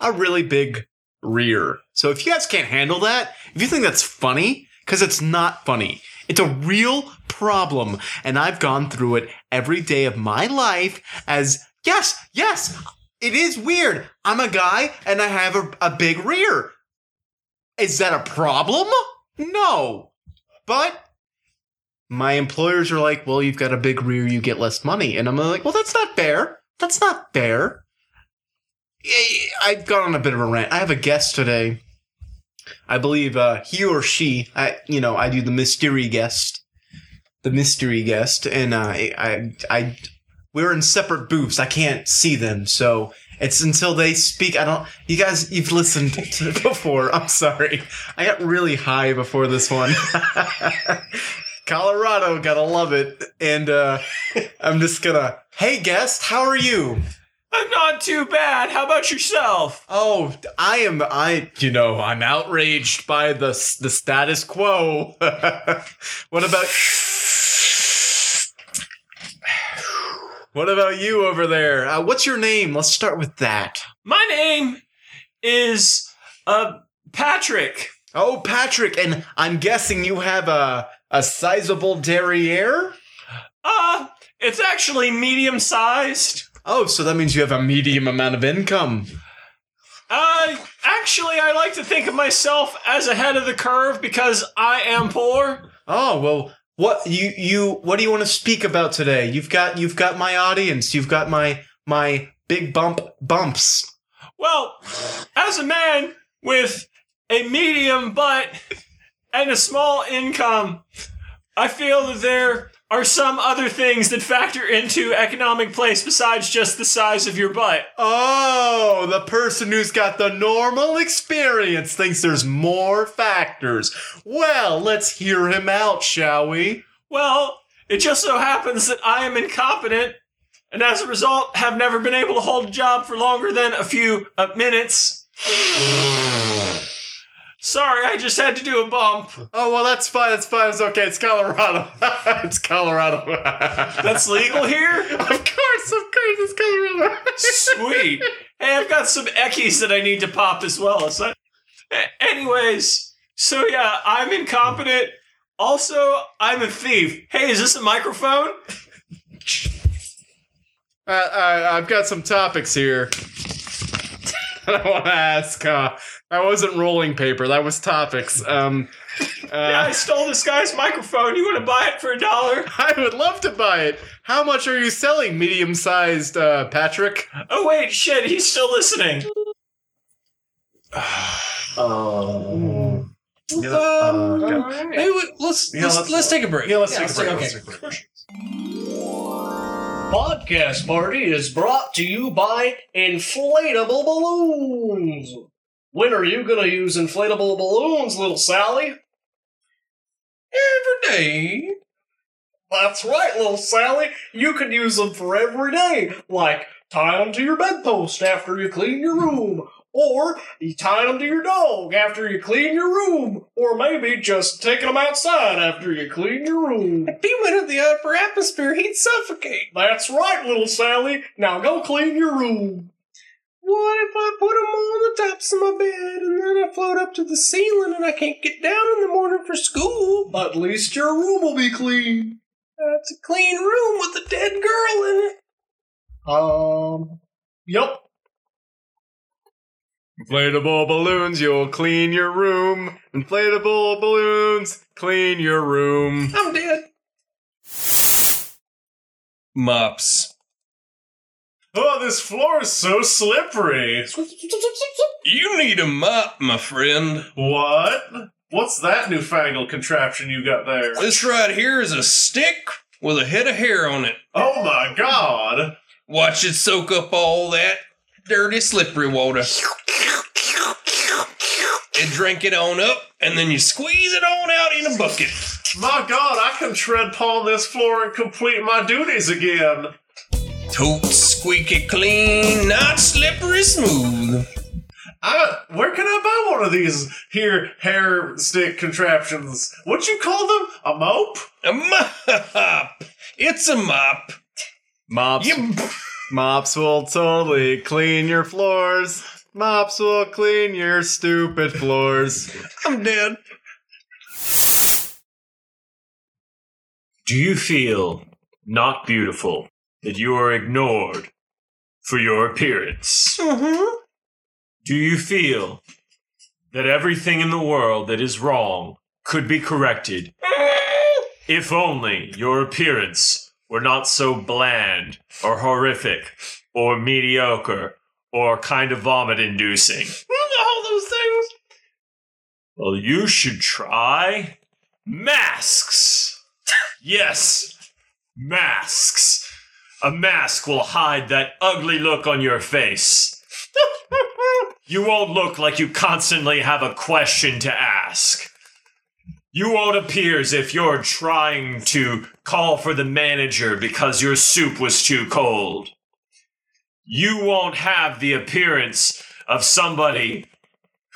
[SPEAKER 4] a really big rear. So if you guys can't handle that, if you think that's funny, because it's not funny, it's a real problem, and I've gone through it every day of my life as yes, yes, it is weird. I'm a guy and I have a, a big rear. Is that a problem? No. But my employers are like, well, you've got a big rear, you get less money. And I'm like, well, that's not fair. That's not fair. I- I've gone on a bit of a rant. I have a guest today. I believe uh, he or she, I you know, I do the mystery guest, the mystery guest, and uh, I, I I we're in separate booths. I can't see them, so it's until they speak. I don't. You guys, you've listened to it before. I'm sorry. I got really high before this one. Colorado, gotta love it. And uh, I'm just gonna. Hey, guest, how are you?
[SPEAKER 5] I'm not too bad. How about yourself?
[SPEAKER 4] Oh, I am. I you know I'm outraged by the the status quo. what about? What about you over there? Uh, what's your name? Let's start with that.
[SPEAKER 5] My name is uh Patrick.
[SPEAKER 4] Oh, Patrick, and I'm guessing you have a a sizable derriere.
[SPEAKER 5] Uh, it's actually medium sized.
[SPEAKER 4] Oh, so that means you have a medium amount of income.
[SPEAKER 5] Uh, actually, I like to think of myself as ahead of the curve because I am poor.
[SPEAKER 4] Oh well, what you you what do you want to speak about today? You've got you've got my audience. You've got my my big bump bumps.
[SPEAKER 5] Well, as a man with a medium butt and a small income, I feel that there are some other things that factor into economic place besides just the size of your butt.
[SPEAKER 4] Oh, the person who's got the normal experience thinks there's more factors. Well, let's hear him out, shall we?
[SPEAKER 5] Well, it just so happens that I am incompetent and as a result have never been able to hold a job for longer than a few uh, minutes. Sorry, I just had to do a bump.
[SPEAKER 4] Oh, well, that's fine. That's fine. It's okay. It's Colorado. it's Colorado.
[SPEAKER 5] That's legal here?
[SPEAKER 4] of course, of course, it's Colorado.
[SPEAKER 5] Sweet. Hey, I've got some eckies that I need to pop as well. So, A- anyways, so yeah, I'm incompetent. Also, I'm a thief. Hey, is this a microphone?
[SPEAKER 4] Uh, I, I've got some topics here that I want to ask. Uh, that wasn't rolling paper. That was topics. Um, uh,
[SPEAKER 5] Yeah, I stole this guy's microphone. You want to buy it for a dollar?
[SPEAKER 4] I would love to buy it. How much are you selling, medium-sized uh, Patrick?
[SPEAKER 5] Oh wait, shit, he's still listening.
[SPEAKER 2] Um, Oh. Yeah,
[SPEAKER 1] Um,
[SPEAKER 2] uh,
[SPEAKER 6] All right.
[SPEAKER 1] Maybe we, let's,
[SPEAKER 2] Yeah,
[SPEAKER 1] let's
[SPEAKER 2] let's-
[SPEAKER 1] let's take a break.
[SPEAKER 2] yeah, let's
[SPEAKER 6] Yeah,
[SPEAKER 2] take a
[SPEAKER 6] let's
[SPEAKER 2] break.
[SPEAKER 6] take-
[SPEAKER 2] let's
[SPEAKER 6] okay.
[SPEAKER 2] take a break.
[SPEAKER 6] Podcast Party is brought to you by Inflatable Balloons. When are you going to use inflatable balloons, little Sally?
[SPEAKER 1] Every day.
[SPEAKER 6] That's right, little Sally. You can use them for every day, like tie them to your bedpost after you clean your room, or you tie them to your dog after you clean your room, or maybe just taking them outside after you clean your room.
[SPEAKER 1] If he went in the upper atmosphere, he'd suffocate.
[SPEAKER 6] That's right, little Sally. Now go clean your room.
[SPEAKER 1] What if I put them on the tops of my bed and then I float up to the ceiling and I can't get down in the morning for school?
[SPEAKER 6] At least your room will be clean.
[SPEAKER 1] It's a clean room with a dead girl in it.
[SPEAKER 6] Um. Yep.
[SPEAKER 4] Inflatable balloons, you'll clean your room. Inflatable balloons, clean your room.
[SPEAKER 1] I'm dead. Mops.
[SPEAKER 2] Oh, this floor is so slippery.
[SPEAKER 1] You need a mop, my friend.
[SPEAKER 2] What? What's that newfangled contraption you got there?
[SPEAKER 1] This right here is a stick with a head of hair on it.
[SPEAKER 2] Oh my god!
[SPEAKER 1] Watch it soak up all that dirty, slippery water. And drink it on up, and then you squeeze it on out in a bucket.
[SPEAKER 2] My god, I can tread upon this floor and complete my duties again!
[SPEAKER 1] Totes squeaky clean, not slippery smooth.
[SPEAKER 2] I, where can I buy one of these here hair stick contraptions? What you call them? A mope?
[SPEAKER 1] A mop. It's a mop.
[SPEAKER 4] Mops,
[SPEAKER 1] You
[SPEAKER 4] mops will totally clean your floors. Mops will clean your stupid floors.
[SPEAKER 1] I'm dead.
[SPEAKER 5] Do you feel not beautiful that you are ignored for your appearance?
[SPEAKER 1] Mm-hmm.
[SPEAKER 5] Do you feel that everything in the world that is wrong could be corrected if only your appearance were not so bland or horrific or mediocre or kind of vomit inducing?
[SPEAKER 1] All those things.
[SPEAKER 5] Well, you should try masks. Yes, masks. A mask will hide that ugly look on your face. you won't look like you constantly have a question to ask. You won't appear as if you're trying to call for the manager because your soup was too cold. You won't have the appearance of somebody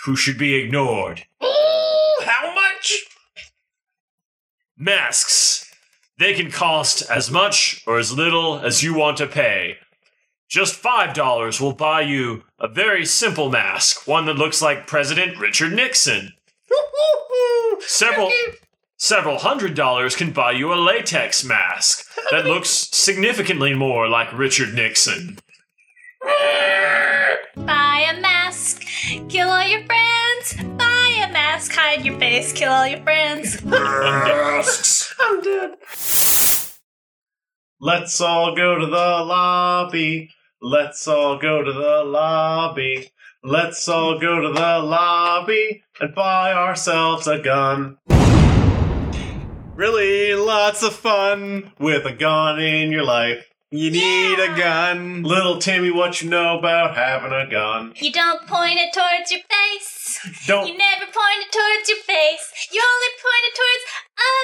[SPEAKER 5] who should be ignored.
[SPEAKER 2] How much?
[SPEAKER 5] Masks. They can cost as much or as little as you want to pay. Just $5 will buy you a very simple mask, one that looks like President Richard Nixon. several several hundred dollars can buy you a latex mask that looks significantly more like Richard Nixon.
[SPEAKER 3] Buy a mask. Kill all your friends. Buy a mask. mask, hide your face, kill all your friends.
[SPEAKER 2] Let's all go to the lobby. Let's all go to the lobby. Let's all go to the lobby and buy ourselves a gun.
[SPEAKER 4] Really, lots of fun.
[SPEAKER 2] With a gun in your life.
[SPEAKER 4] You need a gun.
[SPEAKER 2] Little Timmy, what you know about having a gun?
[SPEAKER 3] You don't point it towards your face. You
[SPEAKER 2] Don't
[SPEAKER 3] never point it towards your face. You only point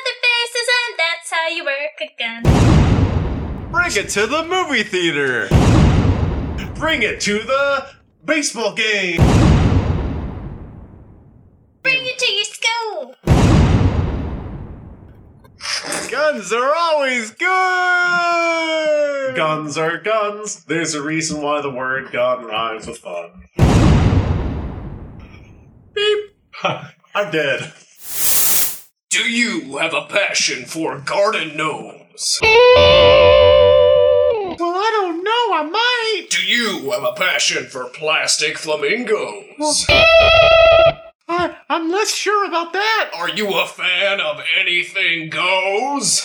[SPEAKER 3] it towards other faces, and that's how you work a gun.
[SPEAKER 4] Bring it to the movie theater.
[SPEAKER 2] bring it to the baseball game.
[SPEAKER 3] Bring it to your school.
[SPEAKER 4] Guns are always good.
[SPEAKER 2] Guns are guns. There's a reason why the word gun rhymes with fun. Beep. I'm dead.
[SPEAKER 7] Do you have a passion for garden gnomes?
[SPEAKER 4] Well, I don't know. I might.
[SPEAKER 7] Do you have a passion for plastic flamingos?
[SPEAKER 4] I, I'm less sure about that.
[SPEAKER 7] Are you a fan of anything goes?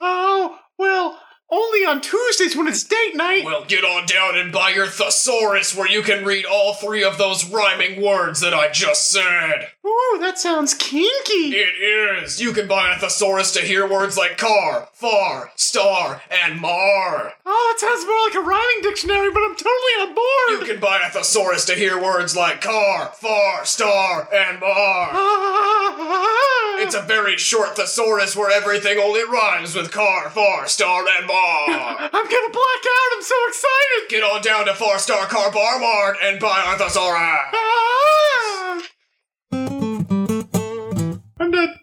[SPEAKER 4] Oh, well, only on Tuesdays when it's date night.
[SPEAKER 7] Well, get on down and buy your thesaurus where you can read all three of those rhyming words that I just said.
[SPEAKER 4] Ooh, that sounds kinky.
[SPEAKER 7] It is. You can buy a thesaurus to hear words like car, far, star, and mar.
[SPEAKER 4] Oh, it sounds more like a rhyming dictionary, but I'm totally on
[SPEAKER 7] You
[SPEAKER 4] board.
[SPEAKER 7] can buy a thesaurus to hear words like car, far, star, and mar.
[SPEAKER 4] Ah.
[SPEAKER 7] It's a very short thesaurus where everything only rhymes with car, far, star, and mar.
[SPEAKER 4] I'm gonna black out. I'm so excited.
[SPEAKER 7] Get on down to Far Star Car Bar Mart and buy our thesaurus.
[SPEAKER 4] Ah.
[SPEAKER 2] I'm dead.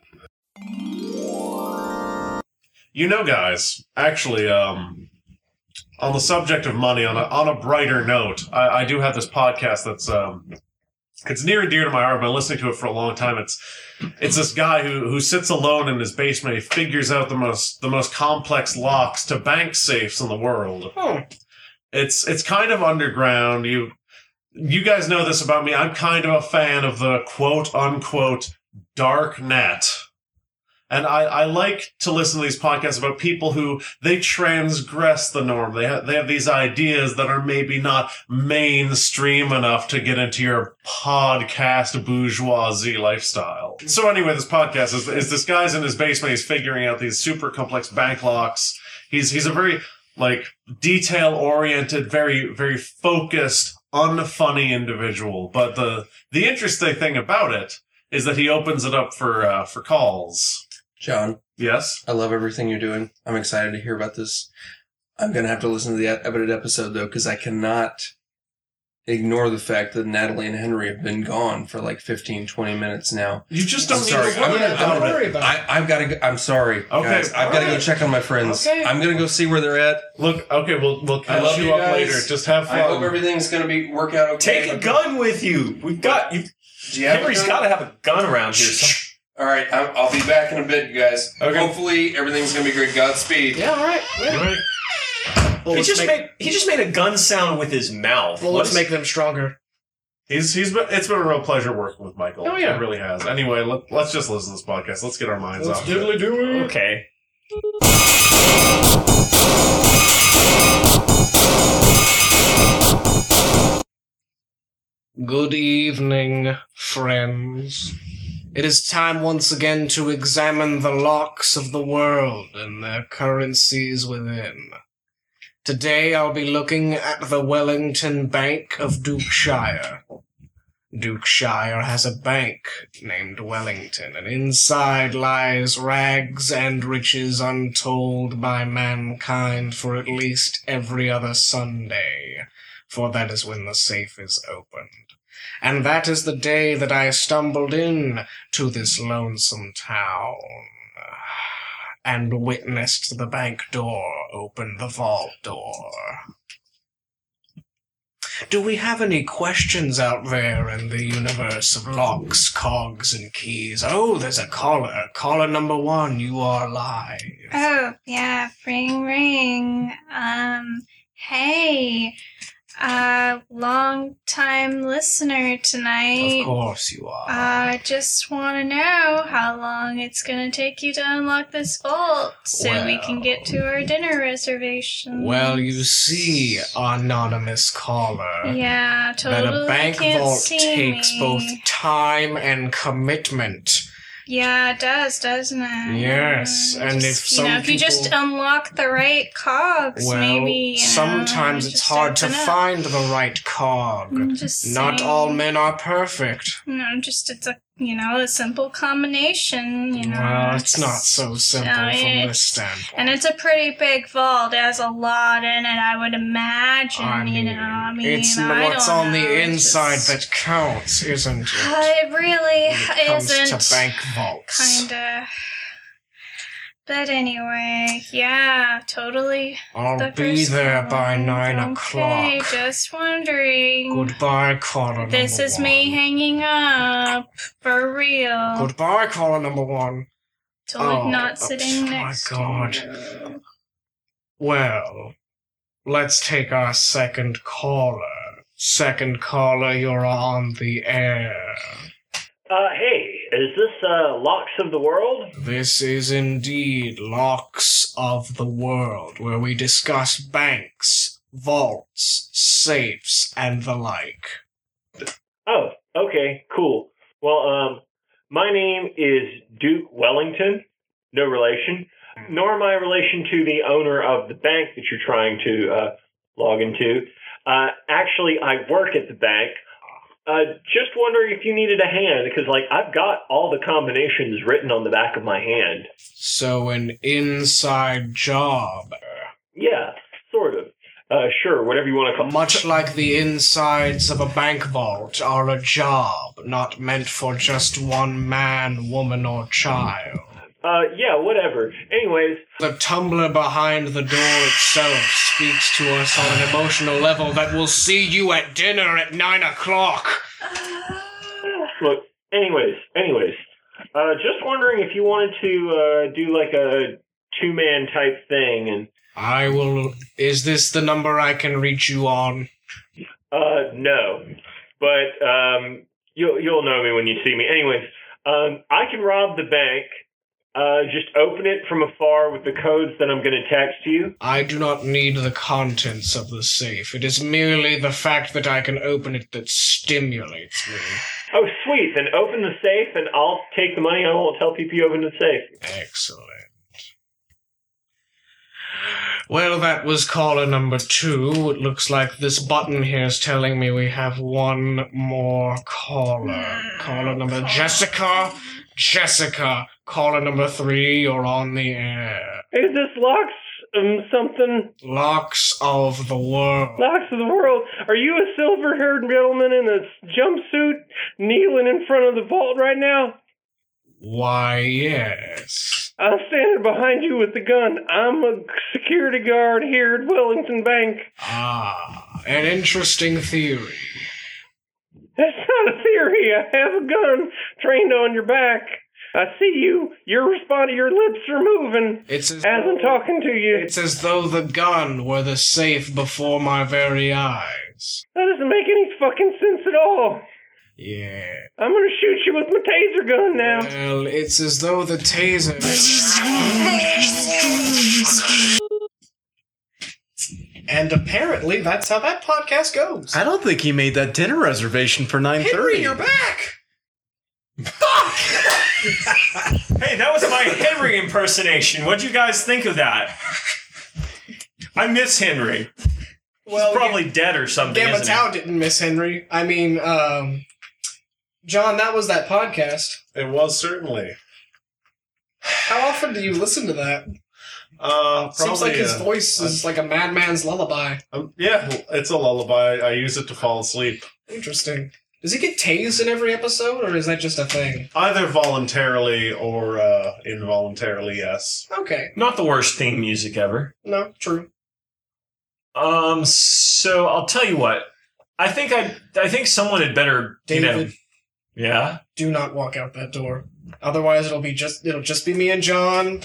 [SPEAKER 2] You know, guys, actually, um, on the subject of money, on a, on a brighter note, I, I do have this podcast that's um, it's near and dear to my heart. I've been listening to it for a long time. It's it's this guy who who sits alone in his basement. He figures out the most the most complex locks to bank safes in the world.
[SPEAKER 6] Oh.
[SPEAKER 2] It's it's kind of underground. You you guys know this about me. I'm kind of a fan of the quote unquote dark net. And I, I like to listen to these podcasts about people who they transgress the norm. They have, they have these ideas that are maybe not mainstream enough to get into your podcast bourgeoisie lifestyle. So anyway, this podcast is, is this guy's in his basement. He's figuring out these super complex bank locks. He's, he's a very like detail oriented, very, very focused, unfunny individual. But the, the interesting thing about it is that he opens it up for uh, for calls.
[SPEAKER 1] John,
[SPEAKER 2] Yes.
[SPEAKER 1] I love everything you're doing. I'm excited to hear about this. I'm going to have to listen to the edited episode, though, because I cannot ignore the fact that Natalie and Henry have been gone for like 15, 20 minutes now.
[SPEAKER 2] You just don't
[SPEAKER 1] I'm
[SPEAKER 2] need
[SPEAKER 1] sorry,
[SPEAKER 2] to
[SPEAKER 1] I'm
[SPEAKER 2] worry
[SPEAKER 1] gonna-
[SPEAKER 2] about
[SPEAKER 6] Don't
[SPEAKER 2] it.
[SPEAKER 6] worry about it.
[SPEAKER 1] I, I've got to. Go, I'm sorry,
[SPEAKER 2] Okay,
[SPEAKER 1] guys. I've got to go
[SPEAKER 6] alright.
[SPEAKER 1] check on my friends.
[SPEAKER 6] Okay.
[SPEAKER 1] I'm going to go see where they're at.
[SPEAKER 2] Look, okay, we'll we'll
[SPEAKER 1] I love
[SPEAKER 2] catch you,
[SPEAKER 1] you
[SPEAKER 2] up
[SPEAKER 1] guys.
[SPEAKER 2] later. Just have
[SPEAKER 1] I hope
[SPEAKER 2] fun.
[SPEAKER 1] everything's going to be work out okay.
[SPEAKER 5] Take a gun with you. We've got you.
[SPEAKER 1] Do you have a
[SPEAKER 5] Henry's
[SPEAKER 1] gun?
[SPEAKER 5] got to have a gun around here. some-
[SPEAKER 1] All right, I'll, I'll be back in a bit, you guys.
[SPEAKER 2] Okay.
[SPEAKER 1] Hopefully, everything's gonna be great. Godspeed.
[SPEAKER 6] Yeah, all right. Yeah. Well,
[SPEAKER 5] He
[SPEAKER 6] let's
[SPEAKER 5] just
[SPEAKER 6] make,
[SPEAKER 5] made he just made a gun sound with his mouth.
[SPEAKER 6] well,
[SPEAKER 5] What
[SPEAKER 6] let's
[SPEAKER 5] is-
[SPEAKER 6] make them stronger.
[SPEAKER 2] He's he's been it's been a real pleasure working with Michael.
[SPEAKER 6] Oh, yeah.
[SPEAKER 2] it really has. Anyway, let, let's just listen to this podcast. Let's get our minds off. of it.
[SPEAKER 7] do
[SPEAKER 5] okay.
[SPEAKER 6] Good evening, friends. It is time once again to examine the locks of the world and their currencies within. Today I'll be looking at the Wellington Bank of Dukeshire. Dukeshire has a bank named Wellington, and inside lies rags and riches untold by mankind for at least every other Sunday, for that is when the safe is opened and that is the day that I stumbled in to this lonesome town and witnessed the bank door open the vault door. Do we have any questions out there in the universe of locks, cogs, and keys? Oh, there's a caller. Caller number one, you are live.
[SPEAKER 3] Oh yeah, ring ring. Um, hey. uh, long time listener tonight.
[SPEAKER 6] course you are.
[SPEAKER 3] I just want to know how long it's going to take you to unlock this vault so we can get to our dinner reservation.
[SPEAKER 6] well, you see, anonymous caller.
[SPEAKER 3] yeah,
[SPEAKER 6] that
[SPEAKER 3] totally
[SPEAKER 6] a bank
[SPEAKER 3] can't
[SPEAKER 6] vault
[SPEAKER 3] see
[SPEAKER 6] takes
[SPEAKER 3] me.
[SPEAKER 6] both time and commitment.
[SPEAKER 3] Yeah, it does, doesn't it?
[SPEAKER 6] Yes,
[SPEAKER 3] Uh,
[SPEAKER 6] and
[SPEAKER 3] just,
[SPEAKER 6] if
[SPEAKER 3] you know,
[SPEAKER 6] some
[SPEAKER 3] if you just
[SPEAKER 6] people-
[SPEAKER 3] unlock the right cogs,
[SPEAKER 6] well,
[SPEAKER 3] maybe you know,
[SPEAKER 6] sometimes it's
[SPEAKER 3] just
[SPEAKER 6] hard to
[SPEAKER 3] open up.
[SPEAKER 6] find the right cog.
[SPEAKER 3] I'm just
[SPEAKER 6] Not
[SPEAKER 3] saying.
[SPEAKER 6] all men are perfect.
[SPEAKER 3] No, just it's a you know a simple combination. You know,
[SPEAKER 6] well, it's not so simple
[SPEAKER 3] uh,
[SPEAKER 6] from
[SPEAKER 3] it's-
[SPEAKER 6] this standpoint.
[SPEAKER 3] And it's a pretty big vault. It has a lot in it, I would imagine.
[SPEAKER 6] I mean,
[SPEAKER 3] you know, I mean,
[SPEAKER 6] it's n-
[SPEAKER 3] I
[SPEAKER 6] what's
[SPEAKER 3] don't
[SPEAKER 6] on
[SPEAKER 3] know,
[SPEAKER 6] the
[SPEAKER 3] it's
[SPEAKER 6] inside
[SPEAKER 3] just-
[SPEAKER 6] that counts, isn't
[SPEAKER 3] Uh,
[SPEAKER 6] it?
[SPEAKER 3] it really
[SPEAKER 6] When it comes
[SPEAKER 3] isn't.
[SPEAKER 6] to bank vaults.
[SPEAKER 3] Kinda. But anyway, yeah, totally.
[SPEAKER 6] I'll
[SPEAKER 3] The
[SPEAKER 6] be
[SPEAKER 3] first
[SPEAKER 6] there by
[SPEAKER 3] one.
[SPEAKER 6] nine
[SPEAKER 3] Okay,
[SPEAKER 6] o'clock.
[SPEAKER 3] just wondering.
[SPEAKER 6] Goodbye, caller
[SPEAKER 3] This
[SPEAKER 6] number
[SPEAKER 3] is me
[SPEAKER 6] one.
[SPEAKER 3] hanging up for real.
[SPEAKER 6] Goodbye, caller number one.
[SPEAKER 3] totally
[SPEAKER 6] oh,
[SPEAKER 3] not
[SPEAKER 6] oh,
[SPEAKER 3] sitting
[SPEAKER 6] my
[SPEAKER 3] next. to
[SPEAKER 6] God.
[SPEAKER 3] you.
[SPEAKER 6] Well, let's take our second caller. Second caller, you're on the air.
[SPEAKER 9] Uh, hey, is this, uh, Locks of the World?
[SPEAKER 6] This is indeed Locks of the World, where we discuss banks, vaults, safes, and the like.
[SPEAKER 9] Oh, okay, cool. Well, um, my name is Duke Wellington. No relation. Nor am I a relation to the owner of the bank that you're trying to, uh, log into. Uh, actually, I work at the bank. Uh, just wondering if you needed a hand, because, like, I've got all the combinations written on the back of my hand.
[SPEAKER 6] So, an inside job.
[SPEAKER 9] Yeah, sort of. Uh, sure, whatever you want to call
[SPEAKER 6] Much like the insides of a bank vault are a job, not meant for just one man, woman, or child.
[SPEAKER 9] Uh, yeah, whatever. Anyways,
[SPEAKER 6] The tumbler behind the door itself speaks to us on an emotional level that will see you at dinner at nine o'clock.
[SPEAKER 9] look. Anyways, anyways. Uh, just wondering if you wanted to uh, do like a two-man type thing, and
[SPEAKER 6] I will. Is this the number I can reach you on?
[SPEAKER 9] uh, no, but um, you'll you'll know me when you see me. Anyways, um, I can rob the bank. Uh, just open it from afar with the codes that I'm going to text you.
[SPEAKER 6] I do not need the contents of the safe. It is merely the fact that I can open it that stimulates me.
[SPEAKER 9] Oh, sweet! Then open the safe, and I'll take the money. I won't tell people you opened the safe.
[SPEAKER 6] Excellent. Well, that was caller number two. It looks like this button here is telling me we have one more caller. Caller number Jessica. Jessica. Caller number three, you're on the air.
[SPEAKER 9] Is this locks um, something?
[SPEAKER 6] Locks of the world.
[SPEAKER 9] Locks of the world, are you a silver haired gentleman in a jumpsuit kneeling in front of the vault right now?
[SPEAKER 6] Why, yes.
[SPEAKER 9] I'm standing behind you with the gun. I'm a security guard here at Wellington Bank.
[SPEAKER 6] Ah, an interesting theory.
[SPEAKER 9] That's not a theory. I have a gun trained on your back. I see you. You're responding. Your lips are moving
[SPEAKER 6] It's as,
[SPEAKER 9] as I'm talking to you.
[SPEAKER 6] it's as though the gun were the safe before my very eyes.
[SPEAKER 9] That doesn't make any fucking sense at all.
[SPEAKER 6] Yeah.
[SPEAKER 9] I'm gonna shoot you with my taser gun now.
[SPEAKER 6] Well, it's as though the taser.
[SPEAKER 7] And apparently, that's how that podcast goes.
[SPEAKER 4] I don't think he made that dinner reservation for nine
[SPEAKER 7] Henry,
[SPEAKER 4] thirty.
[SPEAKER 7] you're back.
[SPEAKER 5] Hey, that was my Henry impersonation. What'd you guys think of that? I miss Henry.
[SPEAKER 6] Well,
[SPEAKER 5] He's probably dead or something.
[SPEAKER 6] Gamma
[SPEAKER 5] Isn't he?
[SPEAKER 6] Tau didn't miss Henry. I mean, um, John, that was that podcast.
[SPEAKER 2] It was certainly.
[SPEAKER 6] How often do you listen to that?
[SPEAKER 2] Uh, probably,
[SPEAKER 6] Seems like his
[SPEAKER 2] uh,
[SPEAKER 6] voice is like a madman's lullaby.
[SPEAKER 2] um, yeah, it's a lullaby. I use it to fall asleep,
[SPEAKER 6] Interesting. Does he get tased in every episode, or is that just a thing?
[SPEAKER 2] either voluntarily or uh, involuntarily. Yes.
[SPEAKER 6] Okay.
[SPEAKER 5] Not the worst theme music ever.
[SPEAKER 6] No, true.
[SPEAKER 5] Um, so I'll tell you what. I think I I think someone had better you know-
[SPEAKER 6] David,
[SPEAKER 5] Yeah.
[SPEAKER 6] do not walk out that door. Otherwise, it'll be just it'll just be me and John,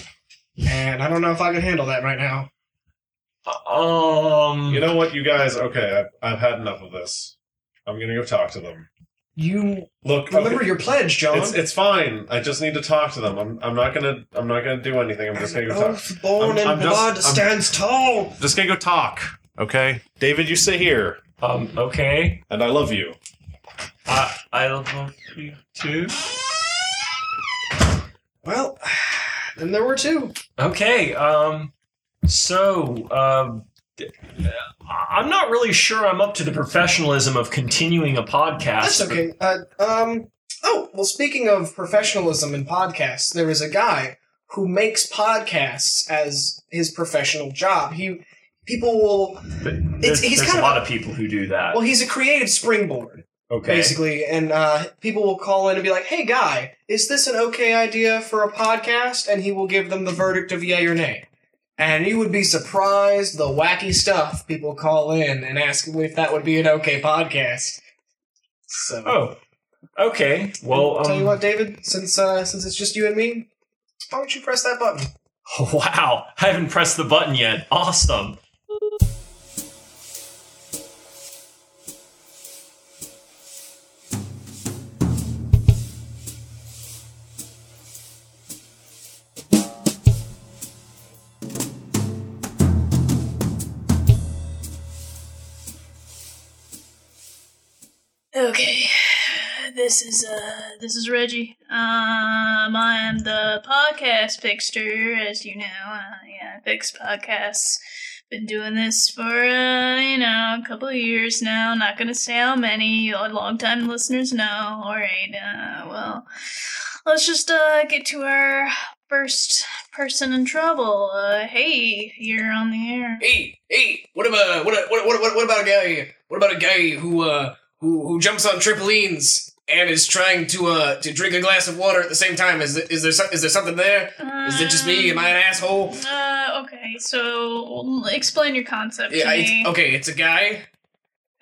[SPEAKER 6] and I don't know if I can handle that right now.
[SPEAKER 5] Um,
[SPEAKER 2] You know what, you guys? Okay, I've, I've had enough of this. I'm gonna go talk to them.
[SPEAKER 6] You
[SPEAKER 2] Look,
[SPEAKER 6] remember
[SPEAKER 2] okay,
[SPEAKER 6] your pledge, John.
[SPEAKER 2] it's it's fine. I just need to talk to them. I'm I'm not gonna I'm not gonna do anything. I'm just gonna
[SPEAKER 6] An
[SPEAKER 2] go talk.
[SPEAKER 6] oath born
[SPEAKER 2] I'm- I'm
[SPEAKER 6] in
[SPEAKER 2] just-
[SPEAKER 6] blood
[SPEAKER 2] I'm-
[SPEAKER 6] stands tall.
[SPEAKER 2] Just gonna go talk. Okay, David, you sit here,
[SPEAKER 5] um, okay.
[SPEAKER 2] and I love you.
[SPEAKER 5] I, I love you too.
[SPEAKER 6] Well, and there were two.
[SPEAKER 5] Okay. Um, so, um, d- I'm not really sure I'm up to the professionalism of continuing a podcast.
[SPEAKER 6] That's okay. Uh, um. Oh well, speaking of professionalism in podcasts, there is a guy who makes podcasts as his professional job. He people will.
[SPEAKER 5] but
[SPEAKER 6] It's-
[SPEAKER 5] There's,
[SPEAKER 6] he's
[SPEAKER 5] there's
[SPEAKER 6] kind
[SPEAKER 5] a
[SPEAKER 6] of
[SPEAKER 5] lot of people who do that.
[SPEAKER 6] Well, he's a creative springboard.
[SPEAKER 5] okay.
[SPEAKER 6] basically. And uh, people will call in and be like, "Hey, guy, is this an okay idea for a podcast?" And he will give them the verdict of yay or nay. And you would be surprised the wacky stuff people call in and ask if that would be an okay podcast. So,
[SPEAKER 5] Oh. Okay. Well. Um,
[SPEAKER 6] tell you what, David, since uh, since it's just you and me, why don't you press that button?
[SPEAKER 5] Wow. I haven't pressed the button yet. Awesome.
[SPEAKER 3] Okay, this is uh, this is Reggie. Um, I am the podcast fixer, as you know. Uh, yeah, I fix podcasts. Been doing this for uh, you know a couple of years now. Not gonna say how many. Long time listeners know. All right. Uh, well, let's just uh get to our first person in trouble. Uh, hey, you're on the air.
[SPEAKER 7] Hey, hey, what about uh, what what what what, what about a guy? What about a guy who uh who who jumps on trampolines and is trying to uh to drink a glass of water at the same time? Is there, is there some- is there something there? Is it just me?
[SPEAKER 3] Um,
[SPEAKER 7] Am I an asshole?
[SPEAKER 3] Uh, okay, so explain your concept
[SPEAKER 7] Yeah,
[SPEAKER 3] to me.
[SPEAKER 7] it's, okay, it's a guy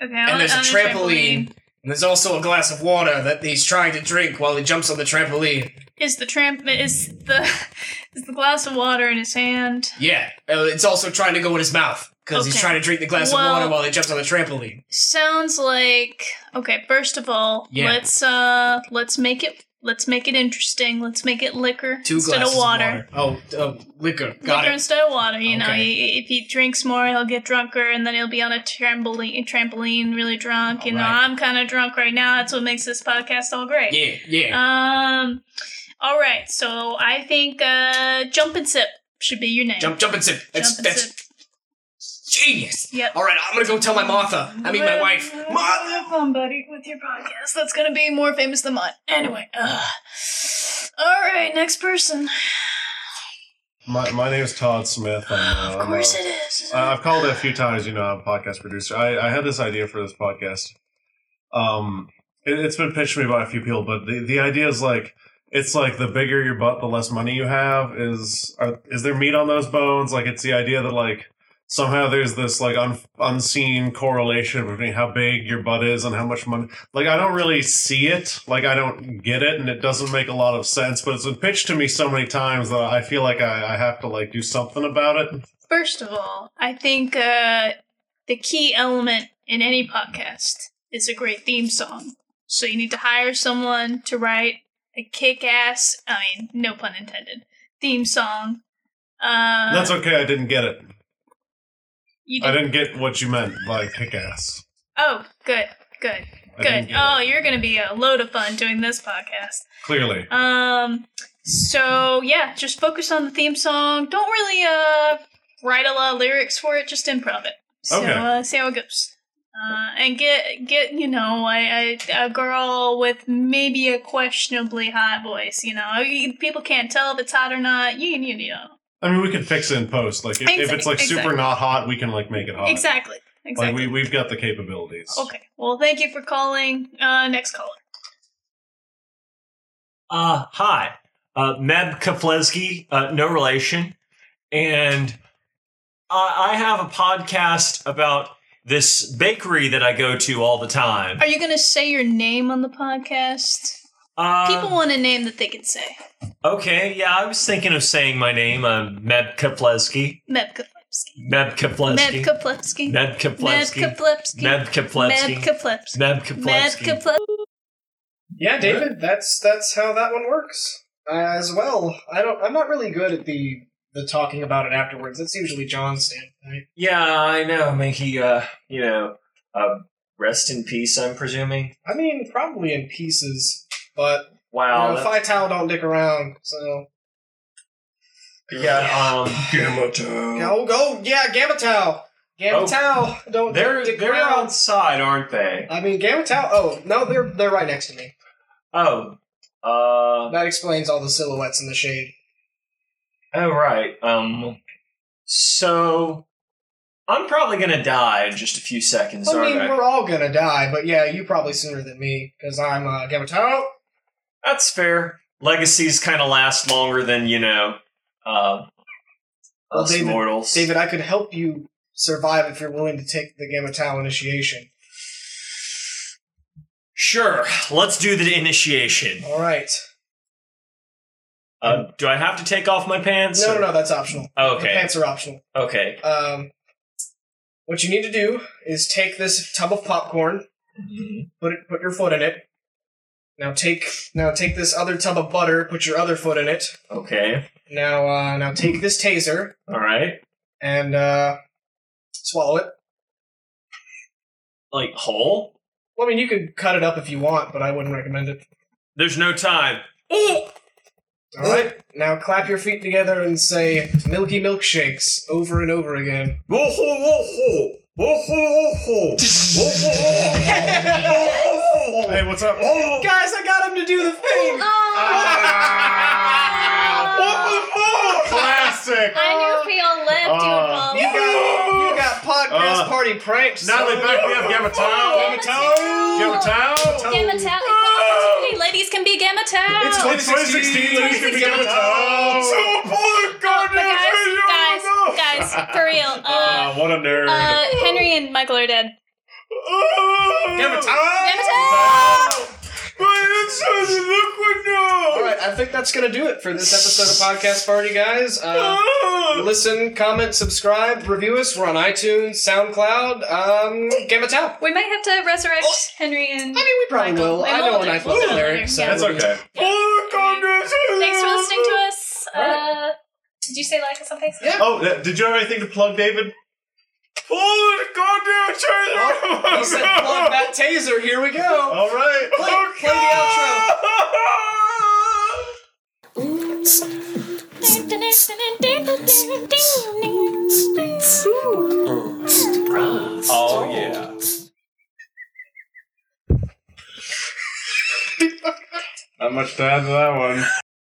[SPEAKER 3] okay,
[SPEAKER 7] and
[SPEAKER 3] on-
[SPEAKER 7] there's a
[SPEAKER 3] on the
[SPEAKER 7] trampoline. and there's also a glass of water that he's trying to drink while he jumps on the trampoline.
[SPEAKER 3] Is the tramp is the is the glass of water in his hand?
[SPEAKER 7] Yeah, uh, it's also trying to go in his mouth because he's
[SPEAKER 3] Okay.
[SPEAKER 7] trying to drink the glass
[SPEAKER 3] Well-
[SPEAKER 7] of water while he jumps on the trampoline.
[SPEAKER 3] Sounds like okay. First of all,
[SPEAKER 7] Yeah.
[SPEAKER 3] let's uh let's make it let's make it interesting. Let's make it liquor
[SPEAKER 7] Two
[SPEAKER 3] instead
[SPEAKER 7] glasses
[SPEAKER 3] of water.
[SPEAKER 7] Oh, oh, liquor. Got
[SPEAKER 3] liquor
[SPEAKER 7] it.
[SPEAKER 3] instead of water. You know,
[SPEAKER 7] Okay.
[SPEAKER 3] he, if he drinks more, he'll get drunker, and then he'll be on a trampoline, trampoline, really drunk. you know,
[SPEAKER 7] Alright.
[SPEAKER 3] I'm kind of drunk right now. That's what makes this podcast all great.
[SPEAKER 7] Yeah, yeah.
[SPEAKER 3] Um. All right. So I think uh, jump and sip should be your name.
[SPEAKER 7] jump, jump and sip. That's
[SPEAKER 3] Jump and
[SPEAKER 7] that's
[SPEAKER 3] sip.
[SPEAKER 7] genius.
[SPEAKER 3] Yep.
[SPEAKER 7] All right, I'm gonna go tell my Martha. I mean, my
[SPEAKER 3] Well,
[SPEAKER 7] wife. Martha.
[SPEAKER 3] Have fun, buddy, with your podcast. That's gonna be more famous than mine. Anyway. Ugh. All right. Next person.
[SPEAKER 2] My my name's Todd Smith. I'm, uh,
[SPEAKER 3] Of course
[SPEAKER 2] I'm,
[SPEAKER 3] it is.
[SPEAKER 2] uh, I've called it a few times. You know, I'm a podcast producer. I, I had this idea for this podcast. Um, it, it's been pitched to me by a few people, but the, the idea is like it's like the bigger your butt, the less money you have. Is are, is there meat on those bones? Like it's the idea that like somehow there's this like un, unseen correlation between how big your butt is and how much money. Like I don't really see it. Like I don't get it, and it doesn't make a lot of sense. But it's been pitched to me so many times that I feel like I, I have to like do something about it.
[SPEAKER 3] First of all, I think uh, the key element in any podcast is a great theme song. So you need to hire someone to write a kick-ass. I mean, no pun intended. Theme song. Uh,
[SPEAKER 2] That's okay. I didn't get it.
[SPEAKER 3] you
[SPEAKER 2] I
[SPEAKER 3] did-
[SPEAKER 2] didn't get what you meant by kick ass.
[SPEAKER 3] Oh, good, good,
[SPEAKER 2] I didn't
[SPEAKER 3] good.
[SPEAKER 2] get
[SPEAKER 3] Oh,
[SPEAKER 2] it.
[SPEAKER 3] you're gonna be a load of fun doing this podcast.
[SPEAKER 2] Clearly.
[SPEAKER 3] Um, so yeah, just focus on the theme song. Don't really uh write a lot of lyrics for it. Just improv it. So
[SPEAKER 2] Okay.
[SPEAKER 3] uh, see how it goes. Uh, and get get you know a, a, a girl with maybe a questionably high voice. You know, You- people can't tell if it's hot or not. You you, you know
[SPEAKER 2] I mean, we can fix it in post. Like, if, if it's like super
[SPEAKER 3] Exactly.
[SPEAKER 2] not hot, we can like make it hot.
[SPEAKER 3] exactly
[SPEAKER 2] Like,
[SPEAKER 3] exactly.
[SPEAKER 2] we, we've got the capabilities.
[SPEAKER 6] Oh,
[SPEAKER 3] okay. Well, thank you for calling. Uh, next caller.
[SPEAKER 5] Uh, hi, uh, Meb Kaflesky, uh, no relation, and I, I have a podcast about this bakery that I go to all the time.
[SPEAKER 3] Are you gonna say your name on the podcast?
[SPEAKER 5] Uh,
[SPEAKER 3] People want a name that they can say.
[SPEAKER 5] okay, yeah, I was thinking of saying my name, uh, Meb Kaflesky.
[SPEAKER 3] Meb Kaflowski. Kaplevsky.
[SPEAKER 10] Meb
[SPEAKER 3] Meb
[SPEAKER 10] Kaplevsky.
[SPEAKER 3] Kaplevsky.
[SPEAKER 10] Meb
[SPEAKER 3] Meb
[SPEAKER 10] Kaplevsky.
[SPEAKER 3] Kaplevsky.
[SPEAKER 10] Meb
[SPEAKER 3] Meb
[SPEAKER 10] Kaplevsky.
[SPEAKER 3] Kaplevsky.
[SPEAKER 10] Meb
[SPEAKER 3] Meb
[SPEAKER 10] Kaplevsky.
[SPEAKER 3] Kaplevsky.
[SPEAKER 6] Yeah, David, that's that's how that one works as well. I don't. I'm not really good at the the talking about it afterwards. That's usually John's standpoint.
[SPEAKER 5] Yeah, I know. May he, uh, you know, uh, rest in peace. I'm presuming.
[SPEAKER 6] I mean, probably in pieces, but you
[SPEAKER 5] Wow.
[SPEAKER 6] know,
[SPEAKER 5] that-
[SPEAKER 6] Fytal don't dick around. So
[SPEAKER 5] yeah. Um.
[SPEAKER 6] go go. Yeah, Gamma Tau. Gamma
[SPEAKER 5] Oh.
[SPEAKER 6] Tau. Don't
[SPEAKER 5] They're
[SPEAKER 6] dick
[SPEAKER 5] they're
[SPEAKER 6] around.
[SPEAKER 5] outside, aren't they?
[SPEAKER 6] I mean, Gamma Tau. Oh no, they're they're right next to me.
[SPEAKER 5] Oh. Uh.
[SPEAKER 6] That explains all the silhouettes in the shade.
[SPEAKER 5] Oh right. Um. So. I'm probably gonna die in just a few seconds,
[SPEAKER 6] I mean,
[SPEAKER 5] aren't I?
[SPEAKER 6] we're all gonna die, but yeah, you probably sooner than me because I'm uh, Gamma Tau.
[SPEAKER 5] That's fair. Legacies kind of last longer than you know. Uh,
[SPEAKER 6] Well,
[SPEAKER 5] us
[SPEAKER 6] David-
[SPEAKER 5] mortals.
[SPEAKER 6] David, I could help you survive if you're willing to take the Gamma Tau initiation.
[SPEAKER 10] Sure.
[SPEAKER 5] Let's do the initiation.
[SPEAKER 6] All right.
[SPEAKER 5] Uh, do I have to take off my pants?
[SPEAKER 6] No,
[SPEAKER 5] or-
[SPEAKER 6] no, no, that's optional. The
[SPEAKER 5] Okay.
[SPEAKER 6] pants are optional.
[SPEAKER 5] Okay.
[SPEAKER 6] Um, what you need to do is take this tub of popcorn, put it, put your foot in it. Now take now take this other tub of butter, put your other foot in it.
[SPEAKER 5] Okay.
[SPEAKER 6] Now uh, now take this taser
[SPEAKER 5] All right.
[SPEAKER 6] and uh, swallow it.
[SPEAKER 5] Like whole.
[SPEAKER 6] Well, I mean, you could cut it up if you want, but I wouldn't recommend it.
[SPEAKER 10] There's no time.
[SPEAKER 6] All right, now clap your feet together and say "Milky Milkshakes" over and over again.
[SPEAKER 7] Hey, what's up?
[SPEAKER 6] Guys, I got him to do the thing.
[SPEAKER 7] Classic.
[SPEAKER 3] I knew we all left you involved.
[SPEAKER 7] Uh,
[SPEAKER 6] Oh! You got, you got podcast
[SPEAKER 7] Uh,
[SPEAKER 6] party pranks.
[SPEAKER 7] Natalie,
[SPEAKER 6] son.
[SPEAKER 7] back me up. Gamma Tau. Gamma Tau. Gamma Tau.
[SPEAKER 3] Gamma Tau. Opportunity. Ladies can be Gamma Tau.
[SPEAKER 6] It's
[SPEAKER 7] It's 2016. Ladies can be Gamma Tau.
[SPEAKER 3] Oh, but guys, guys, guys, for real. Uh,
[SPEAKER 7] Ah, what a nerd.
[SPEAKER 3] uh, Henry and Michael are dead.
[SPEAKER 7] Gamma Tau.
[SPEAKER 3] Gamma Tau!
[SPEAKER 6] All right, I think that's gonna do it for this episode of Podcast Party, guys. Uh, listen, comment, subscribe, review us. We're on iTunes, SoundCloud, um, Gamma Tau.
[SPEAKER 3] We might have to resurrect
[SPEAKER 7] Oh.
[SPEAKER 3] Henry and.
[SPEAKER 6] I mean, we probably
[SPEAKER 3] Michael.
[SPEAKER 6] will.
[SPEAKER 3] I
[SPEAKER 6] I know
[SPEAKER 3] will.
[SPEAKER 6] when I
[SPEAKER 3] We'll do
[SPEAKER 6] put the
[SPEAKER 3] it later.
[SPEAKER 6] lyrics. so
[SPEAKER 3] Yeah.
[SPEAKER 7] That's Oh,
[SPEAKER 6] we'll be-
[SPEAKER 7] okay.
[SPEAKER 3] Thanks for listening to us. Uh, did you say like us on Facebook?
[SPEAKER 6] Yeah.
[SPEAKER 7] Oh, uh, did you have anything to plug, David? Oh, goddamn trailer!
[SPEAKER 6] He said, "Plug that taser." Here we go.
[SPEAKER 7] All right.
[SPEAKER 6] Play, play the outro.
[SPEAKER 10] Oh yeah.
[SPEAKER 7] Not much to add to that one.